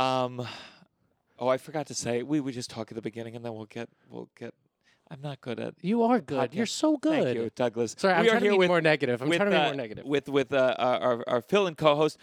Um, oh, I forgot to say we we just talk at the beginning, and then we'll get we'll get. I'm not good at. You are good. You're podcast. so good. Thank you, Douglas. Sorry, I'm We are trying to here be with- more negative. I'm with, trying to be uh, more negative. With with uh, our, our our fill and co-host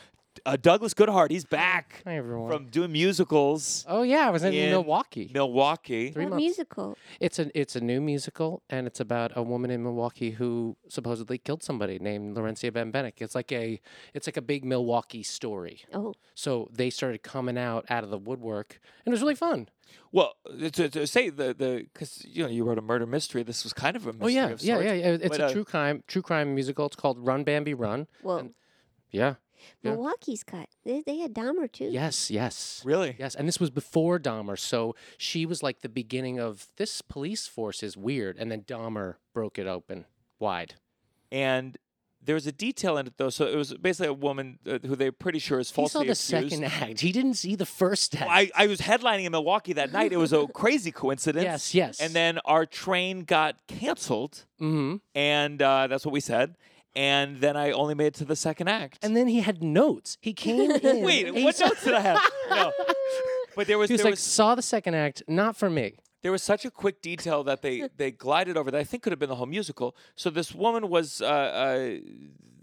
uh, Douglas Goodhart. He's back Hi, everyone. from doing musicals. oh yeah, I was in, in Milwaukee. Milwaukee. Three What months. musical? It's a it's a new musical, and it's about a woman in Milwaukee who supposedly killed somebody named Laurencia Van Benick. It's like a it's like a big Milwaukee story. Oh, So they started coming out out of the woodwork, and it was really fun. Well, to, to say the the because you know you wrote a murder mystery. This was kind of a mystery. oh of yeah, yeah, sorts, yeah, yeah. It's but, a uh, true crime true crime musical. It's called Run Bambi Run. well, And- Yeah. yeah. Milwaukee's got they, they had Dahmer too. Yes. Yes. Really? Yes, and this was before Dahmer, so she was like the beginning of this police force is weird, and then Dahmer broke it open wide. And there was a detail in it though. So it was basically a woman uh, who they're pretty sure is He falsely saw the accused. second act. He didn't see the first act. Well, I, I was headlining in Milwaukee that night. It was a crazy coincidence. Yes, yes. And then our train got canceled, hmm and uh, that's what we said. And then I only made it to the second act. And then he had notes. He came in. wait, he what saw- notes did I have? No. But there was, He was there like, was saw the second act, not for me. there was such a quick detail that they they glided over that I think could have been the whole musical. So this woman was. Uh, uh,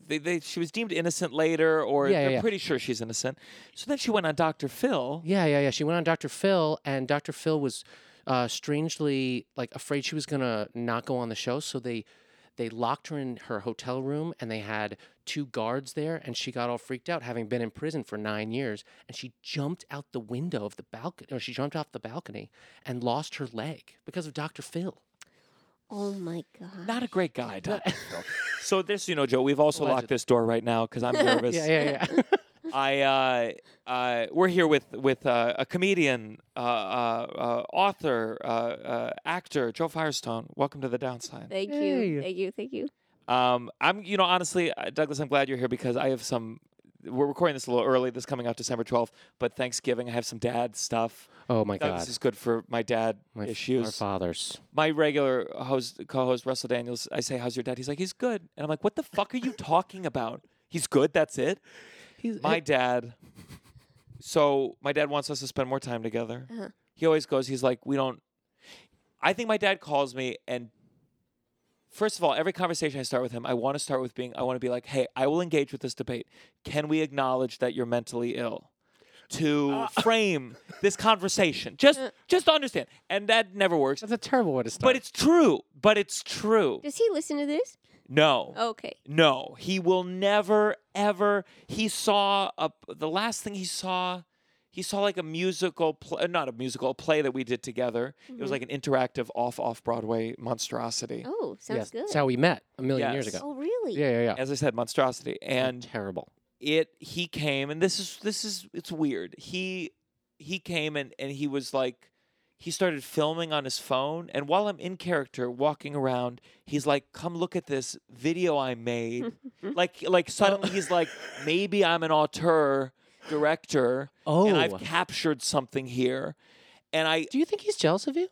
they, they, she was deemed innocent later, or Yeah, yeah, they're yeah. pretty sure she's innocent. So then she went on Dr. Phil. Yeah, yeah, yeah. She went on Dr. Phil, and Dr. Phil was uh, strangely like afraid she was gonna not go on the show, so they they locked her in her hotel room, and they had two guards there, and she got all freaked out, having been in prison for nine years, and she jumped out the window of the balcony, or she jumped off the balcony and lost her leg because of Dr. Phil. Oh my god. Not a great guy, Dr. Phil. So this, you know, Joe, we've also locked this door right now because I'm nervous. Yeah, yeah, yeah. I uh, uh, we're here with with uh, a comedian, uh, uh, uh, author, uh, uh, actor, Joe Firestone. Welcome to the downside. Thank Hey. you. Thank you. Thank you. Um, I'm, you know, honestly, uh, Douglas, I'm glad you're here because I have some. We're recording this a little early. This coming out December 12th, but Thanksgiving, I have some dad stuff. oh my Douglas God, is good for my dad my f- our issues. fathers. my regular host, co-host Russell Daniels, I say, "How's your dad?" He's like, "He's good," and I'm like, "What the fuck are you talking about? He's good. That's it." He's, My dad. So my dad wants us to spend more time together. Uh-huh. He always goes. He's like, we don't. I think my dad calls me and. First of all, every conversation I start with him, I want to start with being, I want to be like, hey, I will engage with this debate. Can we acknowledge that you're mentally ill? To frame this conversation, just just to understand, and that never works. that's a terrible way to start. But it's true. But it's true. Does he listen to this? No. Okay. No, he will never ever. He saw a the last thing he saw. He saw like a musical, play, not a musical, a play that we did together. It was like an interactive off off Broadway monstrosity. Oh, yes, that's sounds good. how we met a million years Yes. ago. oh, really? Yeah, yeah, yeah. As I said, monstrosity, and terrible. it he came and this is this is it's weird. He he came and and he was like he started filming on his phone and while I'm in character walking around, he's like come look at this video I made. like like suddenly he's like maybe I'm an auteur director and Oh. I've captured something here. And I Do you think he's jealous of you?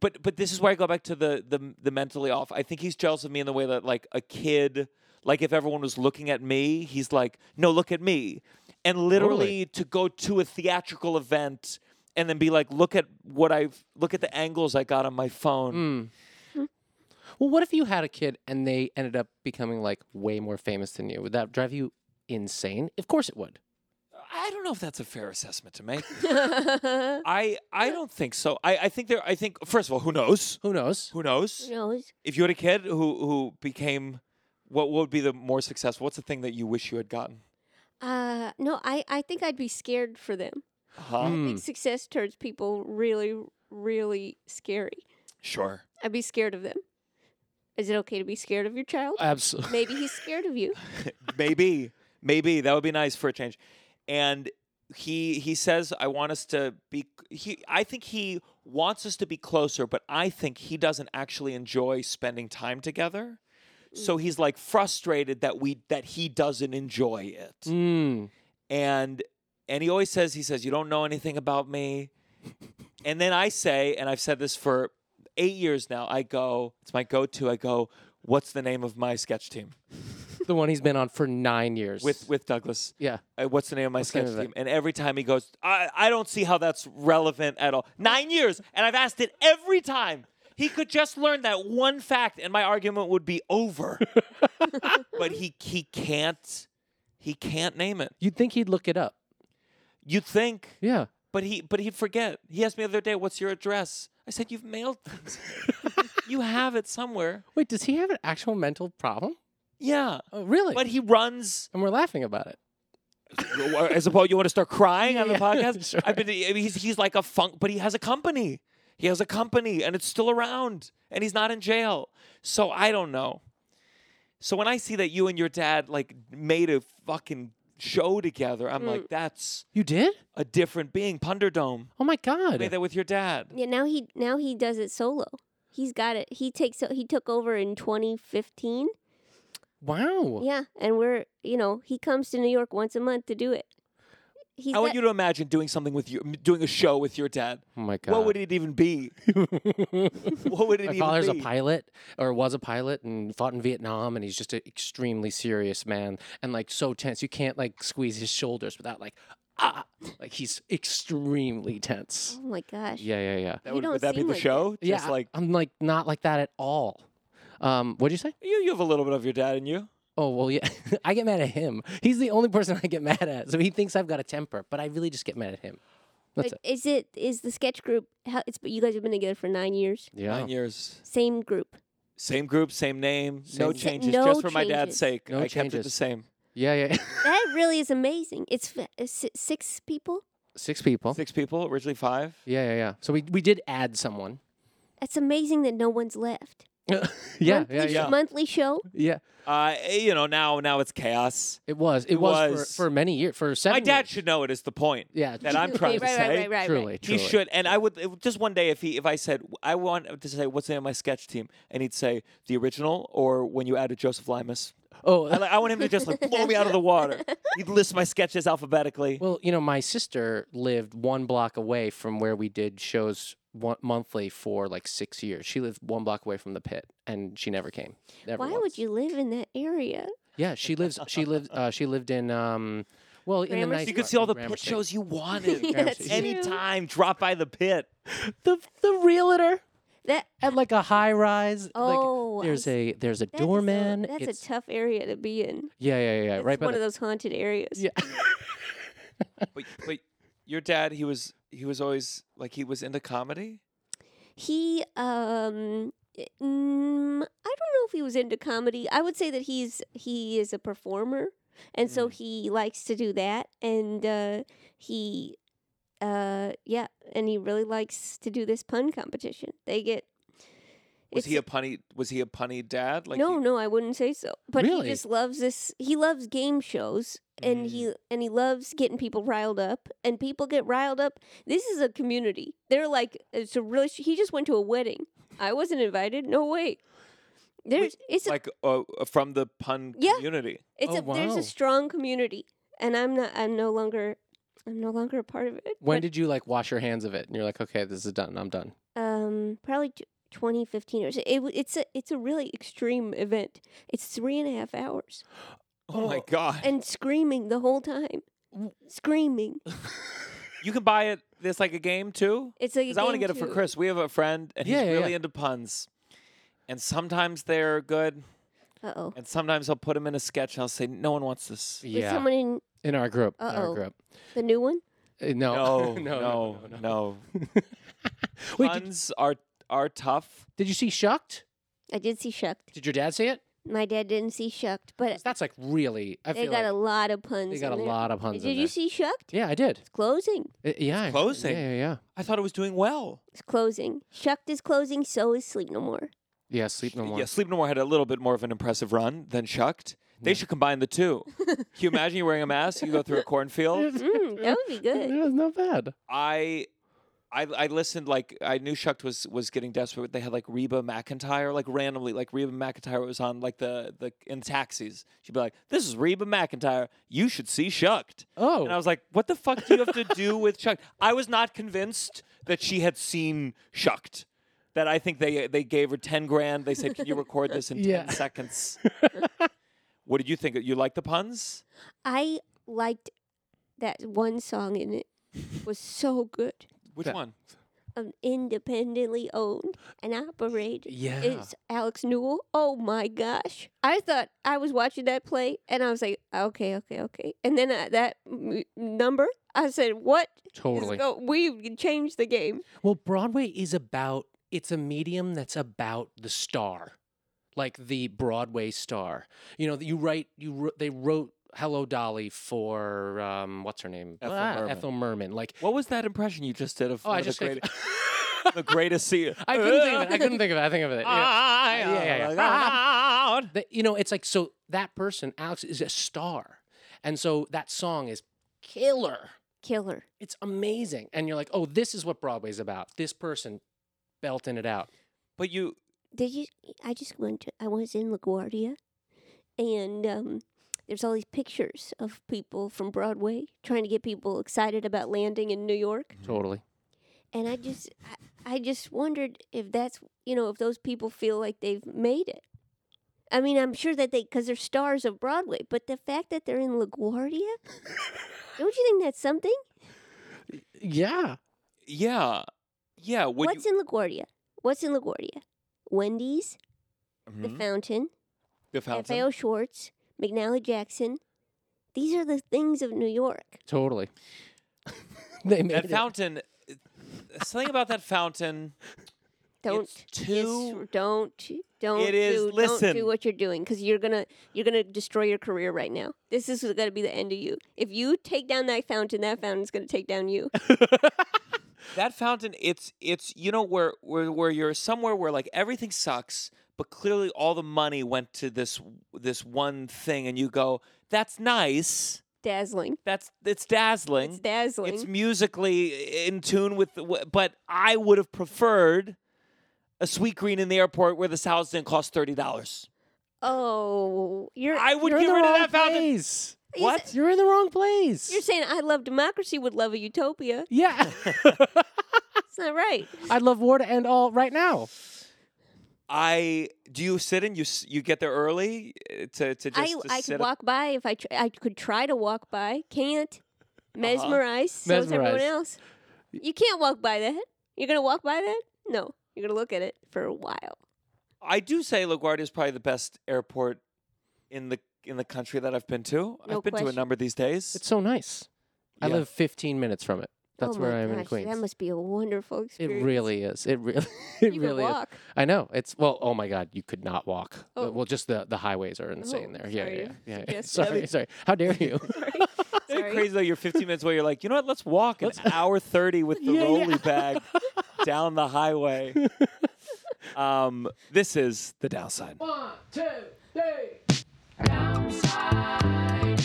but but this is where I go back to the the the mentally off. I think he's jealous of me in the way that like a kid, like if everyone was looking at me, he's like, no, look at me, and literally to go to a theatrical event and then be like, look at what I've look at the angles I got on my phone. Mm. Hmm. Hmm. Well, what if you had a kid and they ended up becoming like way more famous than you? Would that drive you insane? Of course it would. I don't know if that's a fair assessment to make. I I don't think so. I I think there. I think first of all, who knows? Who knows? Who knows? Who knows? If you had a kid who who became what would be the more successful? What's the thing that you wish you had gotten? Uh, no, I, I think I'd be scared for them. Uh-huh. Hmm. I think success turns people really, really scary. Sure. I'd be scared of them. Is it okay to be scared of your child? Absolutely. Maybe he's scared of you. maybe, maybe that would be nice for a change. And he he says I want us to be he I think he wants us to be closer, but I think he doesn't actually enjoy spending time together. So he's like frustrated that we that he doesn't enjoy it. Mm. And and he always says he says you don't know anything about me. and then I say and I've said this for 8 years now. I go it's my go-to. I go what's the name of my sketch team The one he's been on for nine years. with with Douglas? yeah. uh, what's the name of my the name sketch of it? team? And every time he goes, I, I don't see how that's relevant at all. Nine years, and I've asked it every time. He could just learn that one fact, and my argument would be over. but he he can't he can't name it. You'd think he'd look it up. You'd think, Yeah. but he but he'd forget. He asked me the other day, "What's your address?" I said, "You've mailed things. you have it somewhere." Wait, does he have an actual mental problem? Yeah, Oh, really? but he runs and we're laughing about it. as opposed, you want to start crying on the Yeah, podcast? sure. I've been, I mean, he's, he's like a funk, but he has a company. He has a company and it's still around and he's not in jail. So I don't know. So when I see that you and your dad like made a fucking show together, I'm Mm. like, that's You did? a different being. Punderdome. Oh my You made god. that with your dad. Yeah, now he now he does it solo. He's got it. He takes he took over in 2015. Wow. Yeah, and we're you know he comes to New York once a month to do it. He's I want got- you to imagine doing something with you, doing a show with your dad. Oh my god. What would it even be? What would it My even father's be? a pilot, or was a pilot, and fought in Vietnam, and he's just an extremely serious man, and like so tense. You can't like squeeze his shoulders without like ah, like he's extremely tense. oh my gosh. Yeah, yeah, yeah. That You would, don't would that be seem the like show? yeah, Just like I'm like not like that at all. Um, what'd you say? you, you have a little bit of your dad in you. Oh well, yeah. I get mad at him. He's the only person I get mad at. So he thinks I've got a temper, but I really just get mad at him. That's Like, Is it is the sketch group? How, it's you guys have been together for nine years. Yeah. Nine years. Same group. Same group, same name, no Same- Sa- changes, no just for my dad's changes. sake. No I kept it the changes. same. Yeah, yeah. That really is amazing. It's f- uh, si- six people. Six people. Six people, originally five. Yeah, yeah, yeah. So we, we did add someone. It's amazing that no one's left. yeah, yeah, monthly, yeah, sh- yeah. Monthly show. yeah. Uh, eh, you know, now now it's chaos. It was. It, It was, was. For, for many years. For seven. My dad years. should know it is the point. Yeah. That I'm Right, trying to right, say. Right, right, right, truly, He truly. should, and I would it- just one day if he if I said I want to say what's the name of my sketch team, and he'd say the original or when you added Joseph Limus. Oh, I, like- I want him to just like blow me out of the water. He'd list my sketches alphabetically. well, you know, my sister lived one block away from where we did shows one, monthly for like six years. She lived one block away from the pit, and she never came. Never Why once. would you live in that area? Yeah, she lives. She lives. Uh, she lived in. Um, well, in the Gramercy? nice you could part, see all in the pit Gramercy. shows you wanted. Yeah, that's true. Anytime, drop by the pit. The the realtor That at like a high rise. Oh, like, I there's see. a there's a that is a- doorman. that's it's, a tough area to be in. yeah, yeah, yeah, yeah. It's Right by one the of those haunted areas. Yeah. But but your dad, he was he was always like he was into comedy. He um mm, I don't know if he was into comedy. I would say that he's he is a performer and so Mm. he likes to do that and uh he uh yeah, and he really likes to do this pun competition. They get Was it's- he a punny? Was he a punny dad? Like no, he- no, I wouldn't say so. But Really? he just loves this. He loves game shows, and Mm. he and he loves getting people riled up. And people get riled up. This is a community. They're like it's a really. He just went to a wedding. I wasn't invited. No way. There's it's a, like uh, from the pun Yeah. community. it's Oh, a there's wow. a strong community, and I'm not. I'm no longer. I'm no longer a part of it. When but, did you like wash your hands of it? And you're like, okay, this is done. I'm done. um probably t- 2015 or so. It, w- it's a it's a really extreme event. It's three and a half hours. Oh, my god! and screaming the whole time. Screaming. you can buy it. It's like a game too. It's like a Because I want to game get it for too. Chris. We have a friend, and Yeah, he's yeah, really yeah. into puns. And sometimes they're good, Uh oh. and sometimes I'll put them in a sketch. And I'll say, "No one wants this." Was Yeah. someone in in our group. In our Uh-oh. group. the new one? Uh, No. No, no, no, no, no, no. no. Wait, did, puns are are tough. did you see Shucked? I did see Shucked. Did your dad see it? My dad didn't see Shucked, 'Cause but That's like really. I they feel got a like, lot of puns. they got a in there. lot of puns. Did in you there. see Shucked? Yeah, I did. It's closing. Uh, yeah, I- closing. Yeah, yeah, yeah. I thought it was doing well. It's closing. Shucked is closing. So is Sleep No More. Yeah, sleep no more. Yeah, Sleep No More had a little bit more of an impressive run than Shucked. They should combine the two. Can you imagine you're wearing a mask, you go through a cornfield? Mm, that would be good. It was not bad. I I I listened like I knew Shucked was was getting desperate. They had like Reba McIntyre, like randomly, like Reba McIntyre was on like the the in taxis. She'd be like, This is Reba McIntyre. You should see Shucked. Oh, And I was like, what the fuck do you have to do with Shucked? I was not convinced that she had seen Shucked. That I think they they gave her ten grand. They said, Can you record this in Yeah. ten seconds? what did you think? You like the puns? I liked that one song in it. Was so good. Which That- one? Um, independently owned and operated. yeah. It's Alex Newell. Oh my gosh! I thought I was watching that play, and I was like, okay, okay, okay. And then uh, that m- number, I said, what? is totally. go- we changed the game. Well, Broadway is about it's a medium that's about the star, like the Broadway star. You know, you write you wr- they wrote Hello Dolly for um what's her name Ethel Ah, Merman. Ethel Merman. Like What was that impression you just did of oh, I one of just the, think, great, the greatest singer? I couldn't think of it. I couldn't think of it. I think of it. yeah. I Yeah, yeah, yeah. am out. that you know it's like so that person Alex is a star, and so that song is killer. Killer. It's amazing, and you're like, oh, this is what Broadway's about. This person belting it out. But you, Did you? I just went. To, I was in LaGuardia, and um, there's all these pictures of people from Broadway trying to get people excited about landing in New York, Totally. and I just, I, I just wondered if that's, you know, if those people feel like they've made it. I mean, I'm sure that they, because they're stars of Broadway, but the fact that they're in LaGuardia, don't you think that's something? Yeah. yeah, yeah. Would What's in LaGuardia? What's in LaGuardia? Wendy's, you, the Fountain, hmm? the fountain? FAO Schwartz, McNally Jackson. These are the things of New York. Totally. they made that it. fountain. Something about that fountain. Don't It's too- just don't don't It is- do, don't listen. do what you're doing because you're gonna you're gonna destroy your career right now. This is gonna be the end of you. If you take down that fountain, that fountain's gonna take down you. That fountain, it's it's you know where where where you're somewhere where like everything sucks, but clearly all the money went to this this one thing, and you go, that's nice, dazzling. that's it's dazzling, It's dazzling. it's musically in tune with, the, wh- but I would have preferred a sweet green in the airport where the salads didn't cost thirty dollars. oh, you're I would You're in get the rid of wrong that fountain. place. He's- What? You're in the wrong place. you're saying I love democracy would love a utopia. yeah. It's not right. I'd love war to end all right now. I do you sit in you s- you get there early uh, to to just I to I sit could up- walk by if I tr- I could try to walk by. Can't Uh-huh. mesmerize. So is everyone Mesmerized. else. You can't walk by that. You're gonna walk by that? No, you're gonna look at it for a while. I do say LaGuardia is probably the best airport in the in the country that I've been to. No I've been to a question. number these days. It's so nice. I Yeah. live 15 minutes from it. That's oh where my I am gosh, in Queens. That must be a wonderful it experience. really is. It really, it You could really is. walk. I know. It's well. Oh my God, you could not walk. Oh. Uh, Well, just the the highways are insane there. Yeah, sorry yeah, to yeah. yeah. suggest that. sorry, sorry. How dare you? Isn't it Sorry. crazy though. You're 15 minutes away. You're like, you know what? Let's walk an hour 30 with the Yeah, yeah. rolly bag down the highway. um, this is the downside. One, two, three. Downside.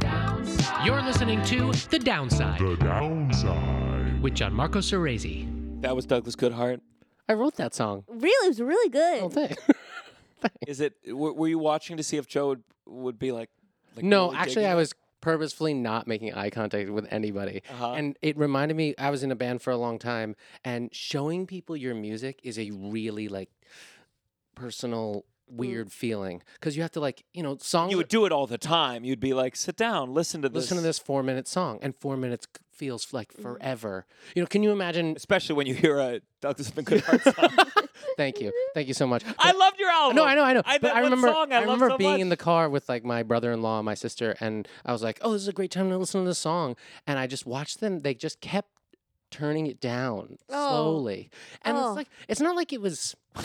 Downside. You're listening to The Downside The downside. with Gianmarco Cerezi. That was Douglas Goodhart. I wrote that song. Really, it was really good. Oh, thanks. Is it? W- were you watching to see if Joe would would be like? like no, really actually, digging I it? was purposefully not making eye contact with anybody. Uh-huh. And it reminded me, I was in a band for a long time, and showing people your music is a really like personal, weird feeling. 'Cause feeling because you have to like, you know, songs. Mm. You would are- do it all the time. You'd be like, sit down, listen to this. listen to this four minute song, and four minutes c- feels like Mm. forever. You know, can you imagine? Especially when you hear a Douglas Goodhart song. Thank you, thank you so much. I But- loved your album. No, I know, I know. I, but that I one remember, song I, I love remember so being much. in the car with like my brother-in-law, and my sister, and I was like, "Oh, this is a great time to listen to this song." And I just watched them; they just kept turning it down Oh. slowly, and Oh. it's like it's not like it was. And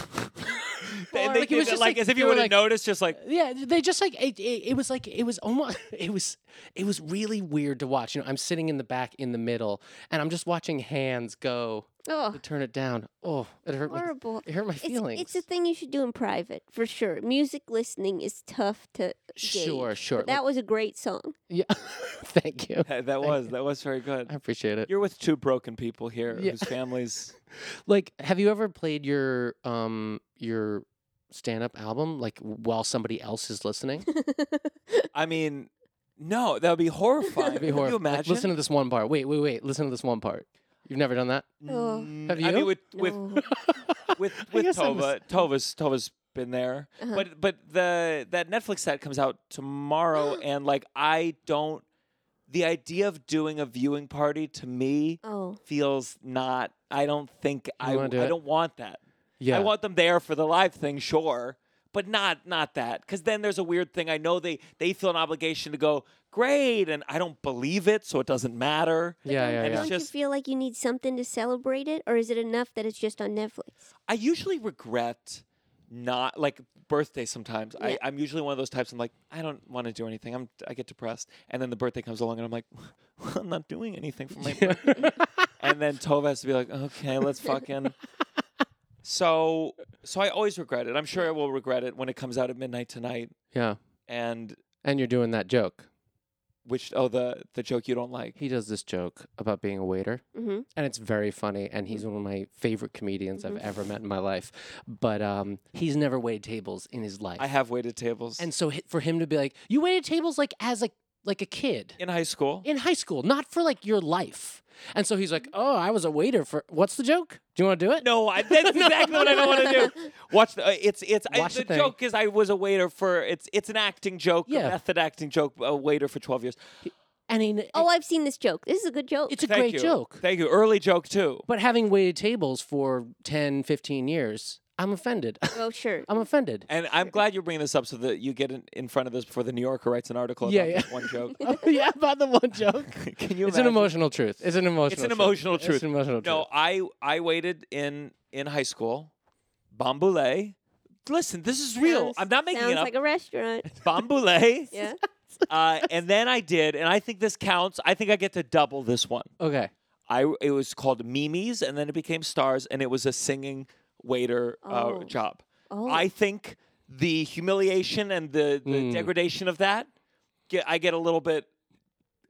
they Like, it did was it just like, like- as if they you were would have like- noticed, just like Yeah, they just like it, it. It was like it was almost. It was. It was really weird to watch. You know, I'm sitting in the back, in the middle, and I'm just watching hands go Oh, to turn it down. Oh, it hurt. My, horrible. it hurt my It's, feelings. it's a thing you should do in private for sure. Music listening is tough to gauge, Sure, but sure. that like- was a great song. yeah. Thank you. that was that was very good. I appreciate it. You're with two broken people here Yeah. whose families. Like, have you ever played your um your stand up album like while somebody else is listening? I mean, no, that would be horrifying. That'd be Could horrible. you imagine? listen to this one part. Wait, wait, wait. Listen to this one part. You've never done that. Oh. Mm, Have I you? mean, with with No. with I with guess I was- Tova, Tova's Tova's been there, Uh-huh. but but the that Netflix set comes out tomorrow, and like I don't, the idea of doing a viewing party to me oh, feels not. I don't think I wanna do I it? don't want that. Yeah. I want them there for the live thing, sure, but not not that. Because then there's a weird thing. I know they they feel an obligation to go great, and I don't believe it, so it doesn't matter. yeah, yeah, don't and yeah. it's you just- feel like you need something to celebrate it, or is it enough that it's just on Netflix? I usually regret not like birthday sometimes. Yeah. I, I'm usually one of those types. I'm like, I don't want to do anything. I'm I get depressed, and then the birthday comes along, and I'm like, I'm not doing anything for my birthday. and then Tova has to be like, okay, let's fucking. So so I always regret it. I'm sure I will regret it when it comes out at midnight tonight. yeah. And And you're doing that joke. which oh the the joke you don't like. He does this joke about being a waiter. Mm-hmm. and it's very funny and he's one of my favorite comedians Mm-hmm. i've ever met in my life but um, he's never waited tables in his life I have waited tables and so hi- for him to be like you waited tables like as like like a kid in high school. in high school not for like your life and so he's like oh i was a waiter for what's the joke do you want to do it Mm-hmm. No, I, that's exactly what I don't want to do. Watch the. Uh, it's it's I, Watch the the thing. joke is I was a waiter for it's it's an acting joke, a Yeah. method acting joke, a waiter for twelve years. and he, Oh, I've seen this joke. This is a good joke. it's a Thank great you. joke Thank you. Early joke too. but having waited tables for 10 15 years i'm offended oh, sure. i'm offended And I'm glad you're bringing this up so that you get in, in front of this before the New Yorker writes an article Yeah, about yeah. this one joke. Oh, yeah about the one joke Can you? it's an imagine? emotional truth it's an emotional It's an truth. emotional truth. it's an emotional truth No, I I waited in in high school, Bamboulet. Listen, this is real. Sounds- I'm not making sounds it up. like a restaurant. Bamboulet. yeah. uh, and then I did, and I think this counts. I think I get to double this one. okay I it was called Mimi's, and then it became Stars, and it was a singing waiter Oh. uh, job. Oh. I think the humiliation and the, the Mm. degradation of that, get, I get a little bit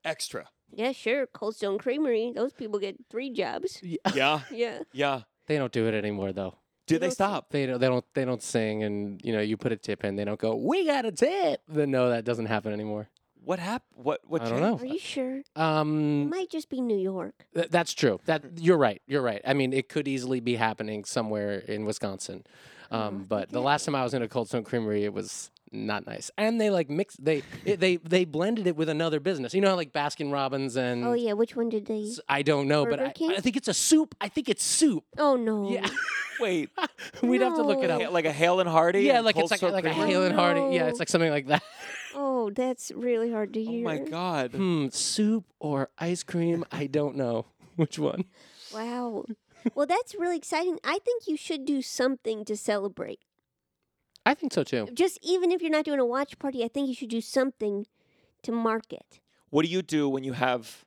extra. Yeah, sure. Cold Stone Creamery. Those people get three jobs. Yeah, Yeah. yeah. They don't do it anymore though. Do they don't- stop? They don't they don't they don't sing and you know, you put a tip in, they don't go, We got a tip. Then no, that doesn't happen anymore. What happened? What what I changed? don't Are you sure? It Mm. Um might just be New York. th- that's true. That you're right. You're right. I mean, it could easily be happening somewhere in Wisconsin. Mm-hmm. Um, but the last time I was in a Cold Stone Creamery, it was not nice. And they like mixed they it, they they blended it with another business. You know how like Baskin Robbins Mm. and Oh yeah, which one did they? s- I don't know, Burger but King? I, I think it's a soup. I think it's soup. Oh no. Yeah. Wait, We'd have to look it No. up. ha- like a Hale and Hardy? Yeah, and like Cold it's like Stone like a Creamery? Hale Hale and Hardy. Yeah, No. it's like something like that. Oh, that's really hard to Oh hear. my god. Hmm, soup or ice cream? I don't know which one. Wow. well, that's really exciting. I think you should do something to celebrate. I think so too. Just even if you're not doing a watch party, I think you should do something to mark it. What do you do when you have?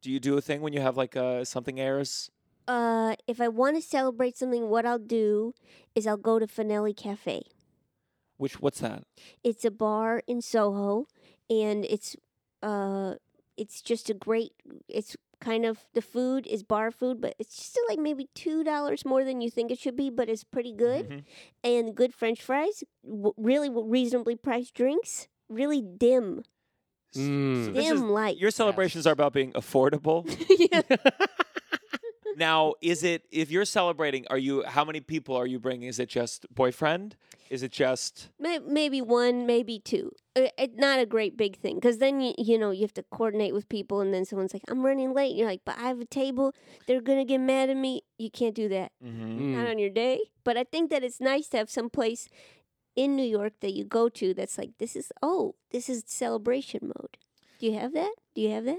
Do you do a thing when you have like uh, something airs? Uh, if I want to celebrate something, what I'll do is I'll go to Finelli Cafe. Which what's that? It's a bar in Soho, and it's uh, it's just a great. It's kind of the food is bar food, but it's just like maybe two dollars more than you think it should be, but it's pretty good. Mhm. and good French fries, w- really w- reasonably priced drinks, really dim, S- Mm. so this is- dim light. Mm-hmm. your celebrations are about being affordable. Yeah. now, is it if you're celebrating? Are you how many people are you bringing? Is it just boyfriend? Is it just May- maybe one, maybe two. Uh, It's not a great big thing because then you you know you have to coordinate with people, and then someone's like, "I'm running late," and you're like, "But I have a table. They're gonna get mad at me. You can't do that. Mm-hmm. Mm, hmm. Not on your day." But I think that it's nice to have some place in New York that you go to that's like, "This is oh, this is celebration mode." Do you have that? Do you have that?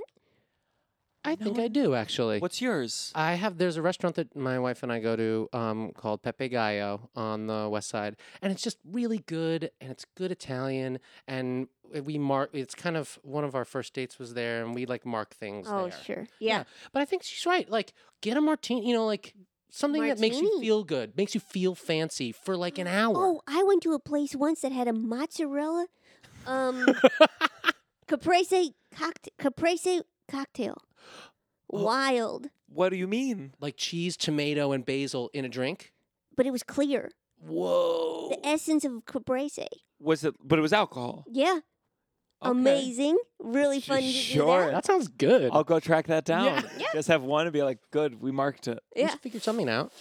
I think I do actually. What's yours? I have there's a restaurant that my wife and I go to um, called Pepe Gallo on the west side, and it's just really good, and it's good Italian, and we mark. It's kind of one of our first dates was there, and we like mark things. Oh, there. sure. Yeah. But I think she's right. Like, get a martini. You know, like something that makes you Martini. feel good, makes you feel fancy for like an hour. Oh, I went to a place once that had a mozzarella, um, caprese cocktail, caprese cocktail. Oh. Wild, What do you mean? Like cheese, tomato, and basil in a drink. but it was clear. Whoa. The essence of caprese. Was it? But it was alcohol. Yeah. Okay. Amazing. Really fun to do Sure. that. That sounds good. I'll go track that down. Yeah. Just have one and be like, good, we marked it. We Yeah. should figure something out.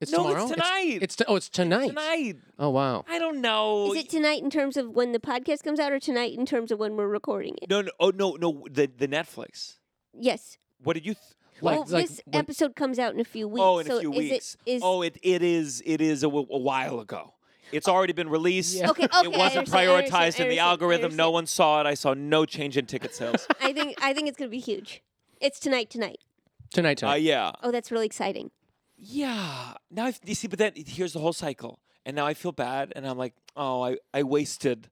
It's no, tomorrow. it's tonight. It's, t- oh, it's tonight. tonight. Oh wow. I don't know. Is it tonight in terms of when the podcast comes out or tonight in terms of when we're recording it? no, no, oh no, no. The the Netflix. Yes. What did you? Th- Like- well, like this when- episode comes out in a few weeks. oh, in so a few is weeks. It, is, oh, it it is it is a, w- a while ago. It's already been released. Yeah. Oh. Okay, okay. I it wasn't understand, I prioritized understand, I in the understand, I algorithm. No understand. one saw it. I saw no change in ticket sales. I think I think it's gonna be huge. It's tonight tonight. Tonight. uh, Tonight. yeah. Oh, that's really exciting. Yeah. Now I've, you see, but then here's the whole cycle, and now I feel bad, and I'm like, oh, I, I wasted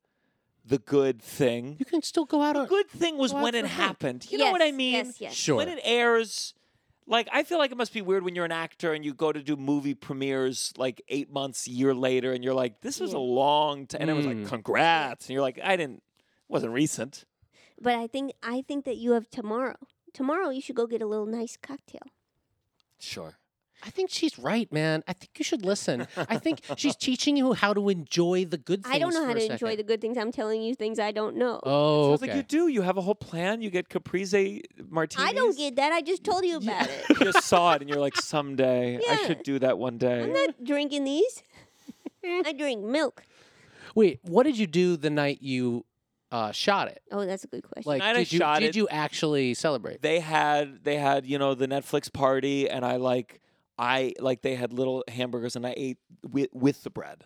the good thing. you can still go out Oh, The on. good thing was Well, when it that's the thing. happened. You know what I Yes, mean? yes, yes. Sure. When it airs, like I feel like it must be weird when you're an actor and you go to do movie premieres like eight months, year later, and you're like, this was a Hmm. long time, and it was like, Mm. congrats, and you're like, I didn't, it wasn't recent. But I think I think that you have tomorrow. Tomorrow you should go get a little nice cocktail. Sure. I think she's right, man. I think you should listen. I think she's teaching you how to enjoy the good things. I don't know how for to a enjoy the second. good things. I'm telling you things I don't know. Oh, Sounds okay. like you do. You have a whole plan. You get caprese martinis. I don't get that. I just told you about it. You just saw it and you're like, someday I should Yeah. do that one day. I'm not drinking these. I drink milk. Wait, what did you do the night you uh, shot it? Oh, that's a good question. Like, night I did you shot did it- you actually celebrate? they had they had you know the Netflix party, and I like I like they had little hamburgers, and I ate with, with the bread.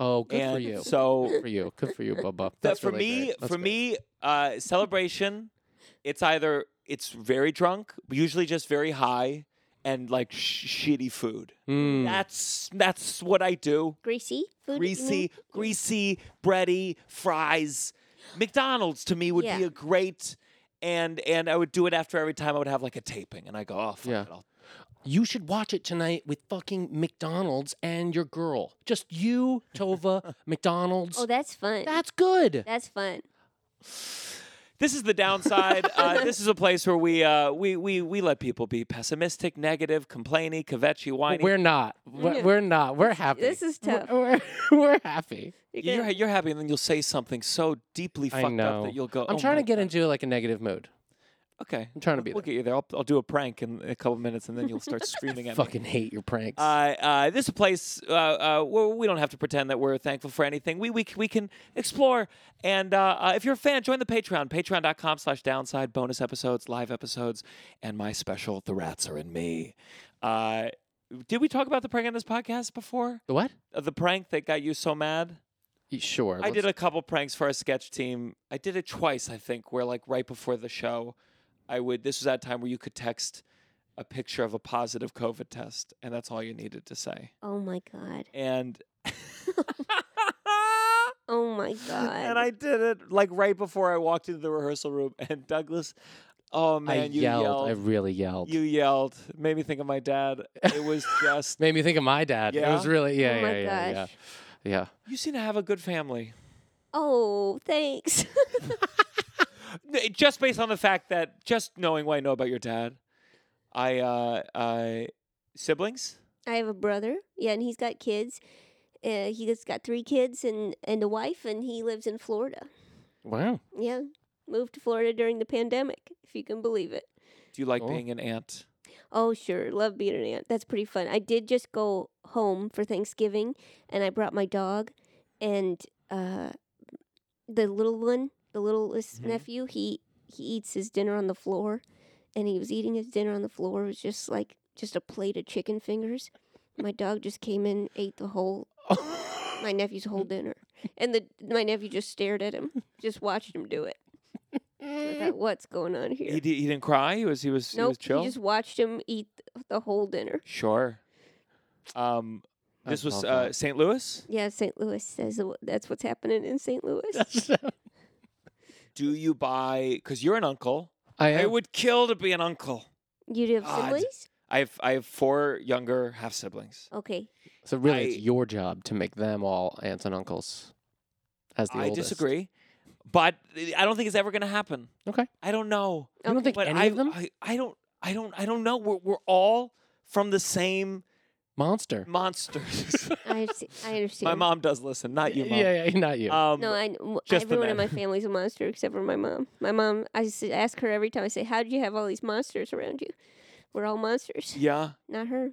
oh, good and for you. So good for you. Good for you, Bubba. that That's for really me great. That's for great. me uh, celebration, it's either it's very drunk, usually just very high, and like sh- shitty food. Mm. That's that's what I do. greasy food. you mean? greasy, greasy, bready, fries. McDonald's to me would be Yeah. a great and and I would do it after every time I would have like a taping and I go, oh fuck Yeah. it, I'll You should watch it tonight with fucking McDonald's and your girl. Just you, Tova, McDonald's. Oh, that's fun. that's good. That's fun. This is the downside. uh, this is a place where we uh, we we we let people be pessimistic, negative, complaining, kvetchy, But whiny. we're not. We're, we're not. We're happy. This is tough. We're, we're, we're happy. you're you're happy, and then you'll say something so deeply I fucked up know. that you'll go. I'm "Oh trying my to get God." into like a negative mood. Okay, I'm trying to be We'll there. get you there. I'll, I'll do a prank in a couple minutes, and then you'll start screaming at me. Fucking hate your pranks. Uh, uh, this is a place uh, uh, where we don't have to pretend that we're thankful for anything. We we, c- we can explore. And uh, uh, if you're a fan, join the Patreon. Patreon.com slash downside. Bonus episodes, live episodes, and my special, The Rats Are In Me. Uh, did we talk about the prank on this podcast before? The what? Uh, The prank that got you so mad? Y- Sure. I did let's- a couple pranks for our sketch team. I did it twice, I think, where like right before the show, I would. This was that time where you could text a picture of a positive COVID test, and that's all you needed to say. Oh my god. And Oh my god. and I did it like right before I walked into the rehearsal room. And Douglas, oh man, I you yelled. yelled. I really yelled. you yelled. Made me think of my dad. It was just. Made me think of my dad. It was Yeah? really yeah Oh my yeah yeah, gosh. yeah yeah. You seem to have a good family. oh, thanks. N- Just based on the fact that just knowing what I know about your dad, I uh, I siblings. I have a brother. Yeah, and he's got kids. Uh, he's got three kids and and a wife, and he lives in Florida. Wow. Yeah, moved to Florida during the pandemic, if you can believe it. Do you like Cool. being an aunt? Oh, sure. Love being an aunt. That's pretty fun. I did just go home for Thanksgiving and I brought my dog and uh, the little one, the littlest Mhm. nephew, he, he eats his dinner on the floor and he was eating his dinner on the floor. It was just like just a plate of chicken fingers. My dog just came in, ate the whole, my Mm. nephew's whole dinner. And the my nephew just stared at him, just watched him do it. I thought, what's going on here? He, di- he didn't cry. He was he was he nope, was chill. you just watched him eat th- the whole dinner. Sure. Um, I this was love uh, that. St. Louis. Yeah, St. Louis says the- that's what's happening in St. Louis. Do you buy? Because you're an uncle. I I am. would kill to be an uncle. You have God. siblings? I have I have four younger half siblings. Okay. so really, it's I- your job to make them all aunts and uncles. As the I oldest. disagree, but I don't think it's ever going to happen. Okay. I don't know. You don't Okay. think but any I, of them? I I don't I don't I don't know. We're we're all from the same Monster. monsters. I, see- I understand. My mom does listen, not you, mom. Yeah, yeah, not you. Um, No, I, w- just the everyone in my men. family's a monster except for my mom. My mom, I s- ask her every time, I say, How do you have all these monsters around you? We're all monsters. yeah. Not her,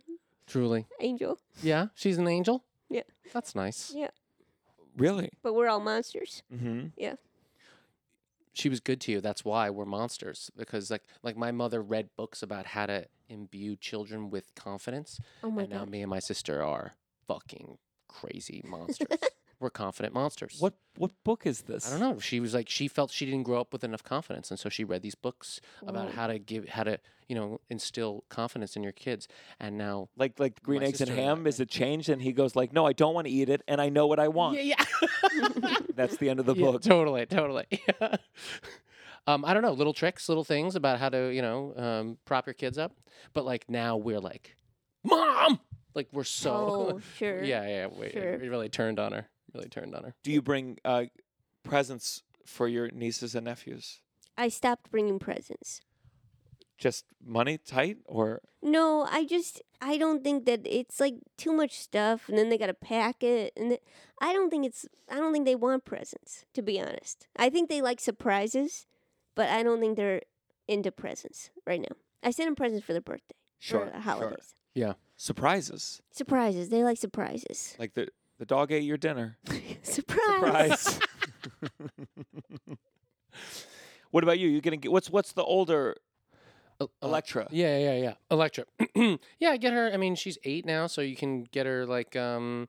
Truly. Angel. Yeah, she's an angel. Yeah. That's nice. Yeah. Really. But we're all monsters. Mm-hmm. She was good to you. That's why we're monsters. Because like like my mother read books about how to imbue children with confidence. Oh my and now God. me and my sister are fucking crazy monsters. We're confident monsters. What what book is this? I don't know. She was like she felt she didn't grow up with enough confidence, and so she read these books about Whoa. how to give how to you know instill confidence in your kids. And now Like like green My eggs and sister and I ham. Is went- it changed? And he goes like, No, I don't want to eat it, and I know what I want. yeah, yeah. That's the end of the Yeah, book. totally, totally. um, I don't know, little tricks, little things about how to, you know, um, prop your kids up. But like now we're like, mom, like we're so, Oh, sure. yeah, yeah. We, it- sure. it really turned on her. Really turned on her. Do you bring uh, presents for your nieces and nephews? I stopped bringing presents. Just money tight, or No, I just, I don't think that it's like too much stuff and then they got to pack it. And th- I don't think it's, I don't think they want presents, to be honest. I think they like surprises, but I don't think they're into presents right now. I sent them presents for their birthday, for the holidays. surprises? Surprises. They like surprises. Like the the dog ate your dinner. Surprise. Surprise. what about you? You getting what's what's the older El- uh, Electra? Yeah, yeah, yeah. Electra. yeah, I get her. I mean, she's eight now, so you can get her like, um,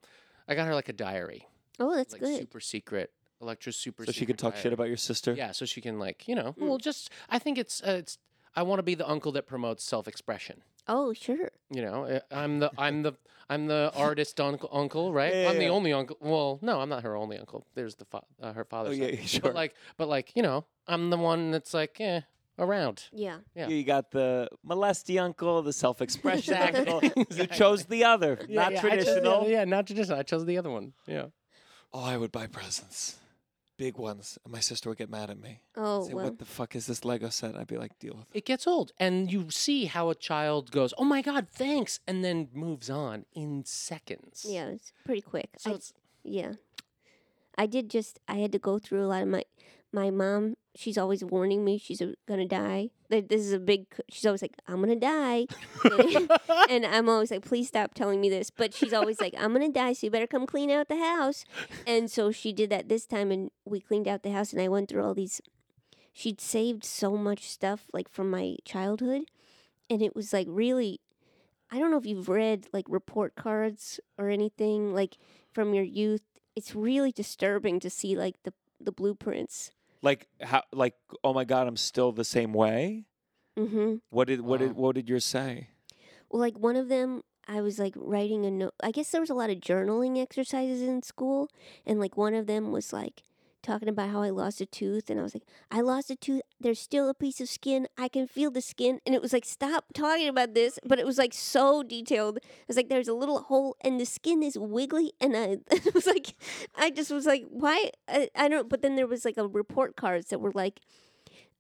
I got her like a diary, Oh, that's like good. super secret. Electra's super. so she could secret talk shit diary. about your sister. Yeah, so she can like, you Hmm. know, well, just I think it's uh, it's. I want to be the uncle that promotes self-expression. Oh, sure. You know, uh, I'm the I'm the I'm the artist uncle, uncle right? Yeah, yeah, I'm the yeah. only uncle. Well, no, I'm not her only uncle. There's the fa- uh, her Oh father's. yeah, son. yeah, sure. But like, but like, you know, I'm the one that's like, eh, around. Yeah. yeah. You got the molesty uncle, the self-expression uncle. You Exactly. chose the other, not yeah, I chose the traditional. other- yeah, not traditional. I chose the other one. Yeah. Oh, I would buy presents, big ones. And my sister would get mad at me. Oh, Say, well. what the fuck is this Lego set? I'd be like, deal with it. It gets old, and you see how a child goes, "Oh my god, thanks," and then moves on in seconds. Yeah, it's pretty quick. So I, it's yeah. I did just, I had to go through a lot of my, my mom, she's always warning me she's uh, gonna die. Like, This is a big, c- she's always like, I'm gonna die. and I'm always like, please stop telling me this. But she's always like, I'm gonna die, so you better come clean out the house. And so she did that this time, and we cleaned out the house, and I went through all these. She'd saved so much stuff like from my childhood, and it was like really. I don't know if you've read like report cards or anything like from your youth. It's really disturbing to see like the the blueprints. Like how? Like oh my god, I'm still the same way. Mm-hmm. What did what did Wow. what did yours say? Well, like one of them, I was like writing a note. I guess there was a lot of journaling exercises in school, and like one of them was like talking about how I lost a tooth, and I was like, I lost a tooth. There's still a piece of skin. I can feel the skin, and it was like, stop talking about this. But it was like so detailed. It was like there's a little hole, and the skin is wiggly, and I it was like, I just was like, why? I, I don't. But then there was like a report cards that were like.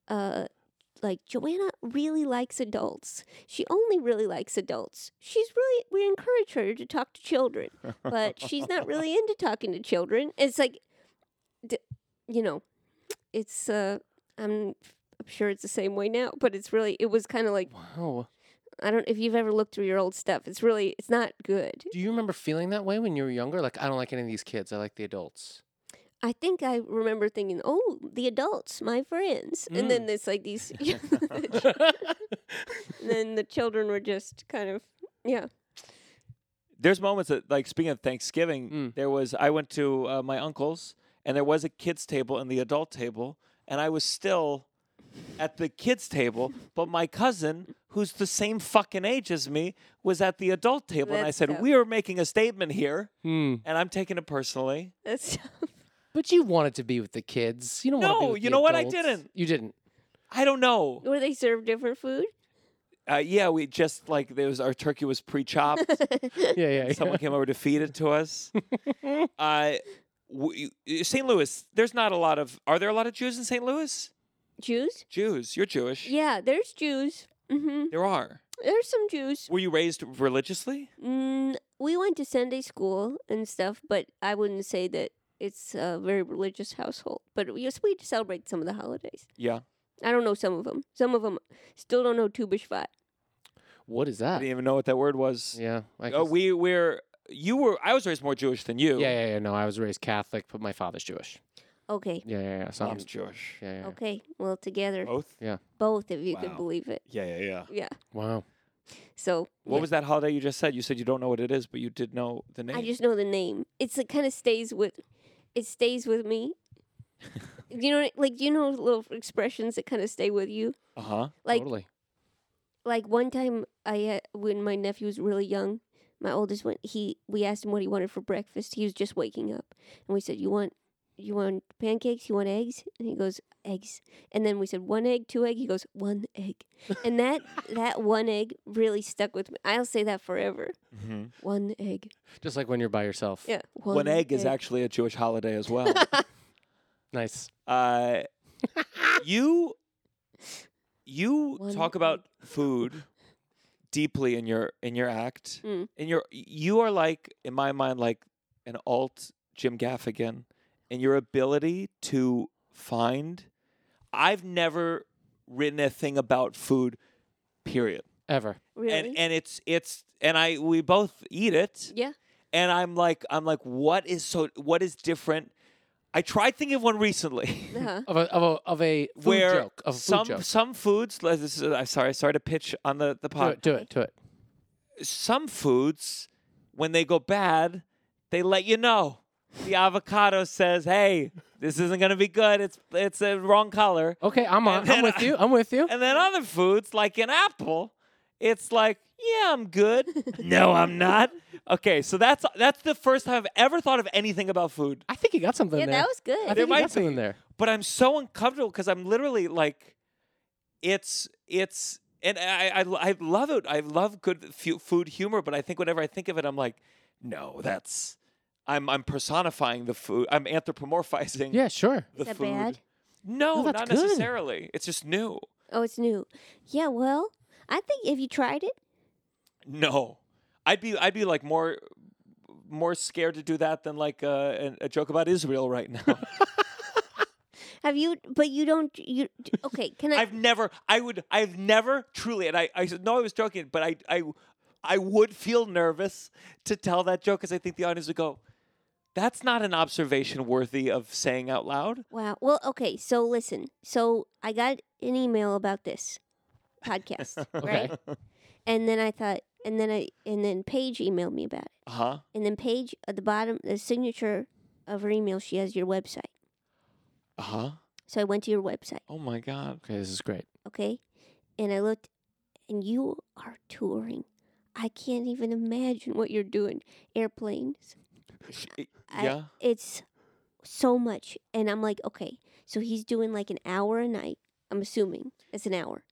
Uh, like Joanna really likes adults. She only really likes adults. She's really we encourage her to talk to children, but she's not really into talking to children. It's like, d- you know, it's uh, I'm I'm sure it's the same way now, but it's really it was kind of like wow. I don't if you've ever looked through your old stuff. It's really it's not good. Do you remember feeling that way when you were younger? Like, I don't like any of these kids. I like the adults. I think I remember thinking, oh, the adults, my friends, and then it's like these, and then the children were just kind of yeah. there's moments that like speaking of Thanksgiving, Mm. there was I went to uh, my uncle's and there was a kids table and the adult table and I was still at the kids' table, but my cousin, who's the same fucking age as me, was at the adult table. and I That's said, dope. We are making a statement here, Hmm. and I'm taking it personally. That's But you wanted to be with the kids. You don't want No, to be with you the know what? I adults. didn't. You didn't. I don't know. where they serve different food. Uh, yeah, we just like, there was our turkey was pre chopped. Yeah, yeah. yeah. Someone came over to feed it to us. uh, w- you- St. Louis, there's not a lot of, are there a lot of Jews in St. Louis? Jews? Jews. You're Jewish. Yeah, there's Jews. hmm There are. There's some Jews. Were you raised religiously? Mm, we went to Sunday school and stuff, but I wouldn't say that it's a very religious household. But yes, we celebrate some of the holidays. Uh. Yeah. I don't know some of them. Some of them still don't know Tu B'Shvat. What is I that? didn't even know what that word was. Yeah. I Oh, guess- we we're you were I was raised more Jewish than you. Yeah, yeah, yeah. No, I was raised Catholic, but my father's Jewish. Okay, Yeah, yeah, yeah. So I'm- Mom's Jewish. yeah, yeah, yeah. okay. Well, together, both, Both. if you can Oh, Wow. believe it. Yeah, yeah, yeah. Yeah. Wow. So What was that holiday you just said? You said you don't know what it is, but you did know the name. I just know the name. It's it kind of stays with, it stays with me. you know, like you know, little expressions that kind of stay with you. uh huh. Like totally. like one time I had, when my nephew was really young, my oldest one he we asked him what he wanted for breakfast. He was just waking up, and we said, "You want you want pancakes? You want eggs?" And he goes, "Eggs." And then we said, "One egg, two egg." He goes, "One egg." And that that one egg really stuck with me. I'll say that forever. hmm One egg. Just like when you're by yourself. Yeah. One, egg is actually a Jewish holiday as well. Nice. uh, you you One talk about food deeply in your in your act. Mm. In your you are like in my mind like an alt Jim Gaffigan and your ability to find I've never written a thing about food period. Ever. really. And and it's it's and I we both eat it yeah. and I'm like I'm like what is so what is different? I tried thinking of one recently. Uh-huh. Of a of a of a food where joke. Of a food some joke. some foods. let- This is, I'm sorry, sorry to pitch on the the do it, pod. do it, do it. Some foods, when they go bad, they let you know. The avocado says, "Hey, this isn't gonna be good. It's it's a wrong color." Okay, I'm on. then I'm with I- you. I'm with you. And then other foods, like an apple, it's like, "Yeah, I'm good." no, I'm not. Okay, so that's that's the first time I've ever thought of anything about food. I think you got something Yeah, there. that was good. There I think you might got something be. there. but I'm so uncomfortable because I'm literally like, it's it's and I, I I love it. I love good fu- food humor, but I think whenever I think of it, I'm like, no, that's I'm I'm personifying the food. I'm anthropomorphizing. Yeah, sure. The Is that food. bad? No, No, that's not good. necessarily. It's just new. Oh, it's new. Yeah. Well, I think if you tried it, No, I'd be I'd be like more more scared to do that than like uh, a, a joke about Israel right now. have you? But you don't. You okay? Can I? I've never, I would, I've never truly, and I, I said, no, I was joking, but I, I, I would feel nervous to tell that joke because I think the audience would go, that's not an observation worthy of saying out loud. Wow. Well, okay. So listen. So I got an email about this podcast, right? And then I thought, and then I, and then Paige emailed me about it. Uh huh. And then Paige at the bottom, the signature of her email, she has your website. Uh huh. So I went to your website, Oh my God. Okay, this is great. okay? And I looked, and you are touring. I can't even imagine what you're doing. Airplanes. I- I- yeah. It's so much. And I'm like, okay, so he's doing like an hour a night. I'm assuming it's an hour.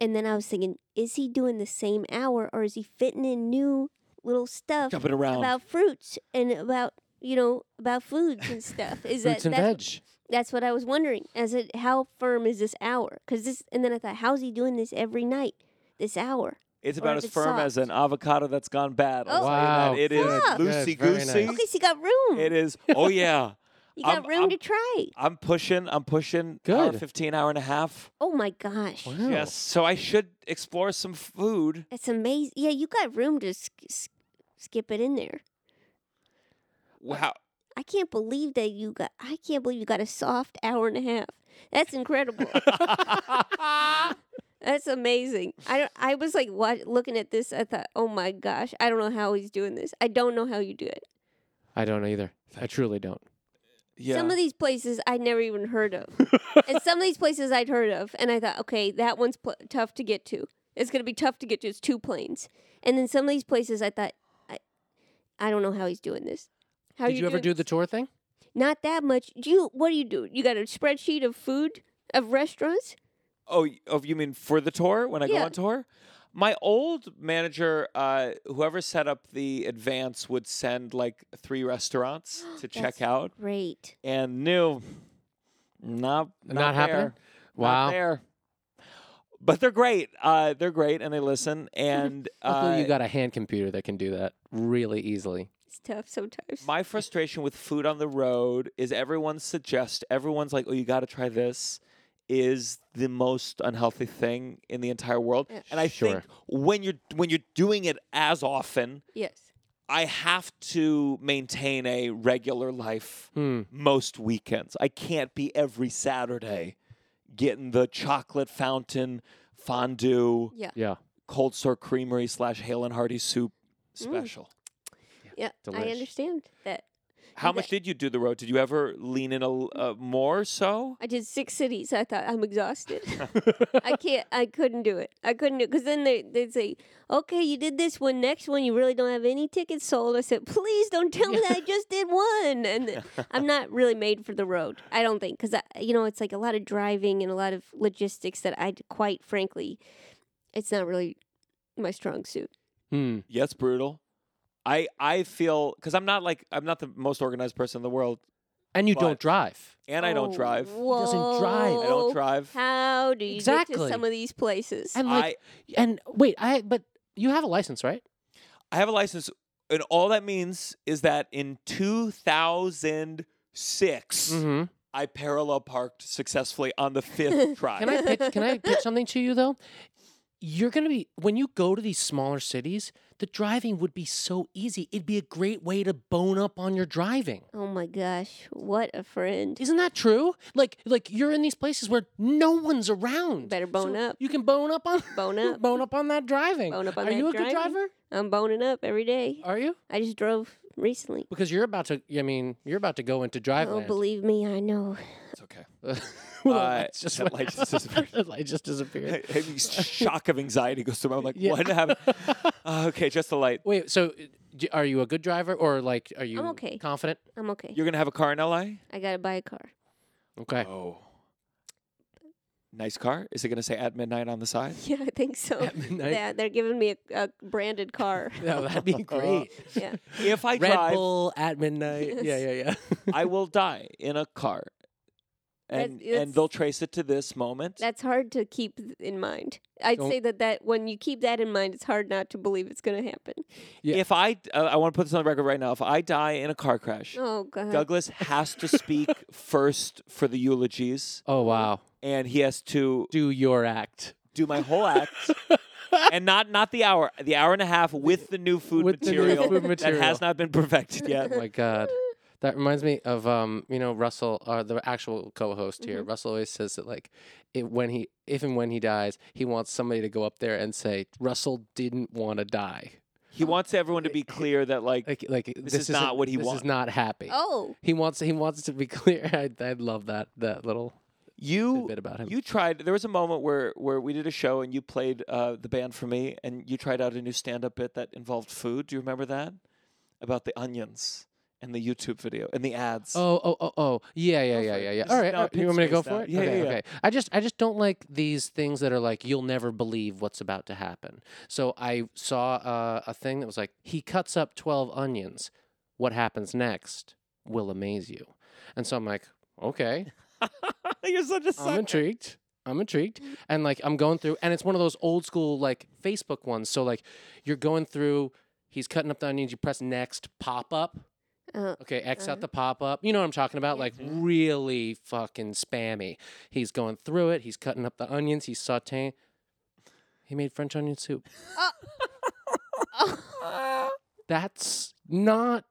And then I was thinking, is he doing the same hour or is he fitting in new little stuff Jumping um, around. about fruits and about, you know, about foods and stuff? Fruits Is that and that's, veg. that's what I was wondering. I said, how firm is this hour? Because this, and then I thought, how's he doing this every night? This hour. it's or about if as it's firm as soft. an avocado that's gone bad. I'll Oh. tell you that. Wow, It is good, loosey good, very nice. goosey. Okay, so you got room. It is. Oh yeah. you got I'm- room I'm- to try. I'm pushing. I'm pushing. Hour Good. fifteen. Hour and a half. Oh my gosh. Wow. Yes. So I should explore some food. It's amazing. Yeah, you got room to sk- sk- skip it in there. Wow. I can't believe that you got. I can't believe you got a soft hour and a half. That's incredible. That's amazing. I don't, I was like what looking at this. I thought, oh my gosh, I don't know how he's doing this. I don't know how you do it. I don't either. I truly don't. Yeah. Some of these places I'd never even heard of. and some of these places I'd heard of. And I thought, okay, that one's pl- tough to get to. It's going to be tough to get to. It's two planes. And then some of these places I thought, I, I don't know how he's doing this. How Did you ever doing- do the tour thing? Not that much. Do you? What do you do? You got a spreadsheet of food, of restaurants? Oh, y- oh, you mean for the tour when I go Yeah. on tour? My old manager, uh, whoever set up the advance, would send like three restaurants to check That's- out, Great. and knew not not, Not, happening. there, Wow. not there. But they're great. Uh, they're great, and they listen. And Luckily, uh, you got a hand computer that can do that really easily. It's tough sometimes. my frustration with food on the road is everyone suggests everyone's like, "Oh, you got to try this." Is the most unhealthy thing in the entire world, Yeah. and I Sure. think when you're when you're doing it as often, yes. I have to maintain a regular life Hmm. most weekends. I can't be every Saturday getting the chocolate fountain fondue Yeah. Yeah. cold sore creamery slash Hale and Hardy soup special. Yeah. I Delish. understand that. How much did you do the road? Did you ever lean in a l- uh, more so? I did six cities. I thought I'm exhausted. I can't. I couldn't do it. I couldn't do it because then they they say, "Okay, you did this one. Next one, you really don't have any tickets sold." I said, "Please don't tell me that I just did one." And th- I'm not really made for the road. I don't think because you know it's like a lot of driving and a lot of logistics that I d- quite frankly, it's not really my strong suit. Hmm. Yes, brutal. I I feel because I'm not like I'm not the most organized person in the world, And you But- don't drive. and I don't Oh, drive. doesn't drive. I don't whoa. drive. How do you get Exactly. to some of these places? And like, I- and wait, I but you have a license, right? I have a license, and all that means is that in 2006, Mm-hmm. I parallel parked successfully on the fifth try. Can I pitch, can I pitch something to you though? You're gonna be when you go to these smaller cities, the driving would be so easy. It'd be a great way to bone up on your driving. Oh my gosh, what a friend. Isn't that true? Like like you're in these places where no one's around. Better bone up. You can bone up on Bone up. bone up on that driving. Bone up on Are that you a good driving. driver? I'm boning up every day. Are you? I just drove recently. Because you're about to I mean, you're about to go into drive Oh, land. believe me, I know. It's okay. well, Uh, lights just that went light just out. disappeared. That light just disappeared. A shock of anxiety goes through my mind. Like, Yeah. what happened? Ah, okay, just the light. Wait, so uh, d- are you a good driver or like are you okay. confident? I'm okay. You're gonna have a car in LA. I gotta buy a car. Okay. Oh, nice car. Is it gonna say at midnight on the side? Yeah, I think Oh. so. At midnight? Yeah, they're giving me a, a branded car. No, Uh, that'd be great. Yeah. If I Red drive, Bull at midnight. Yeah, yeah, yeah. I will die in a car, That's- and that's- and they'll trace it to this moment. That's hard to keep in mind. I'd Don't- say that, that when you keep that in mind, it's hard not to believe it's gonna happen. Yeah. If I, uh, I want to put this on the record right now. If I die in a car crash, Oh god. Douglas has to speak first for the eulogies, Oh wow. and he has to Do your act. do my whole act, and not not the hour, the hour and a half with the new food, With the new material, food that has material. not been perfected Oh yet. my god. That reminds me of um, you know, Russell, uh, the actual co-host here. Russell always says that like, it, when he, if and when he dies, he wants somebody to go up there and say, "Russell didn't want to die." He wants everyone to be clear that like, Like, like this, is not isn't- what he this want. is not happy. Oh. He wants, he wants to be clear. I, I love that that little you bit about him. you tried. There was a moment where where we did a show and you played uh, the band for me, and you tried out a new stand up bit that involved food. Do you remember that about the onions and the YouTube video and the ads? Oh, oh, oh, oh. Yeah, yeah, Go yeah, for it. yeah, yeah. This All is right. now all right. You want me to go pitch-based for now. it? Yeah, okay, yeah, yeah. okay. I just I just don't like these things that are like you'll never believe what's about to happen. So I saw uh, a thing that was like he cuts up 12 onions. What happens next will amaze you. And so I'm like, okay. You're such a I'm sucker. intrigued. I'm intrigued. And like I'm going through and it's one of those old school like Facebook ones. So like you're going through he's cutting up the onions, you press next pop up. Uh, Okay, X Uh-huh. out the pop up. You know what I'm talking about? Like really fucking spammy. He's going through it. He's cutting up the onions. He's sauteing. He made French onion soup. That's not.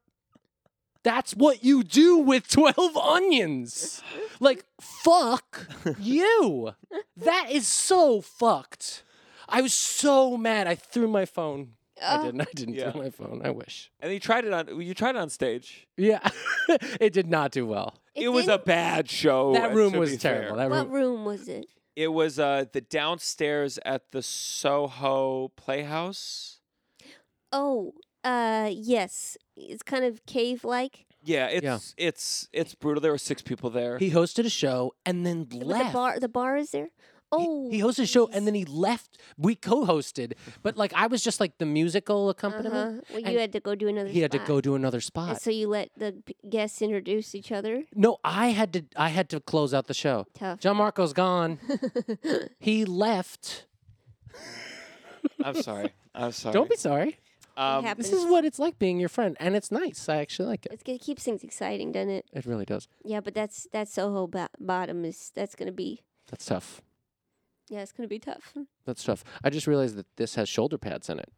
That's what you do with 12 onions. Like, fuck you. That is so fucked. I was so mad. I threw my phone. oh, Uh, I didn't. I didn't Yeah. throw my phone. I wish. And you tried it on. You tried it on stage. Yeah. it did not do well. It, was a didn't- bad show. that uh, room to was be terrible. fair. That What room, room was it? It was uh, the downstairs at the Soho Playhouse. Oh, uh, yes. It's kind of cave-like. Yeah, it's it's it's brutal. There were six people there. he hosted a show and then But left. The bar, the bar is there. He- Oh, he, hosted a show and geez. then he left. We co-hosted, but like I was just like the musical accompaniment. Uh-huh. Well, and you had to go do another. He had to spot. go to another And spot. so you let the p- guests introduce each other. no, I had to. I had to close out the show. Tough. John Marco's gone. he left. I'm sorry. I'm sorry. Don't be sorry. Um, happens. This is what it's like being your friend, and it's nice. I actually like it. It's, it keeps things exciting, doesn't it? It really does. Yeah, but that's that Soho bo- bottom is that's gonna be That's tough. yeah, it's gonna be tough. That's tough. I just realized that this has shoulder pads in it.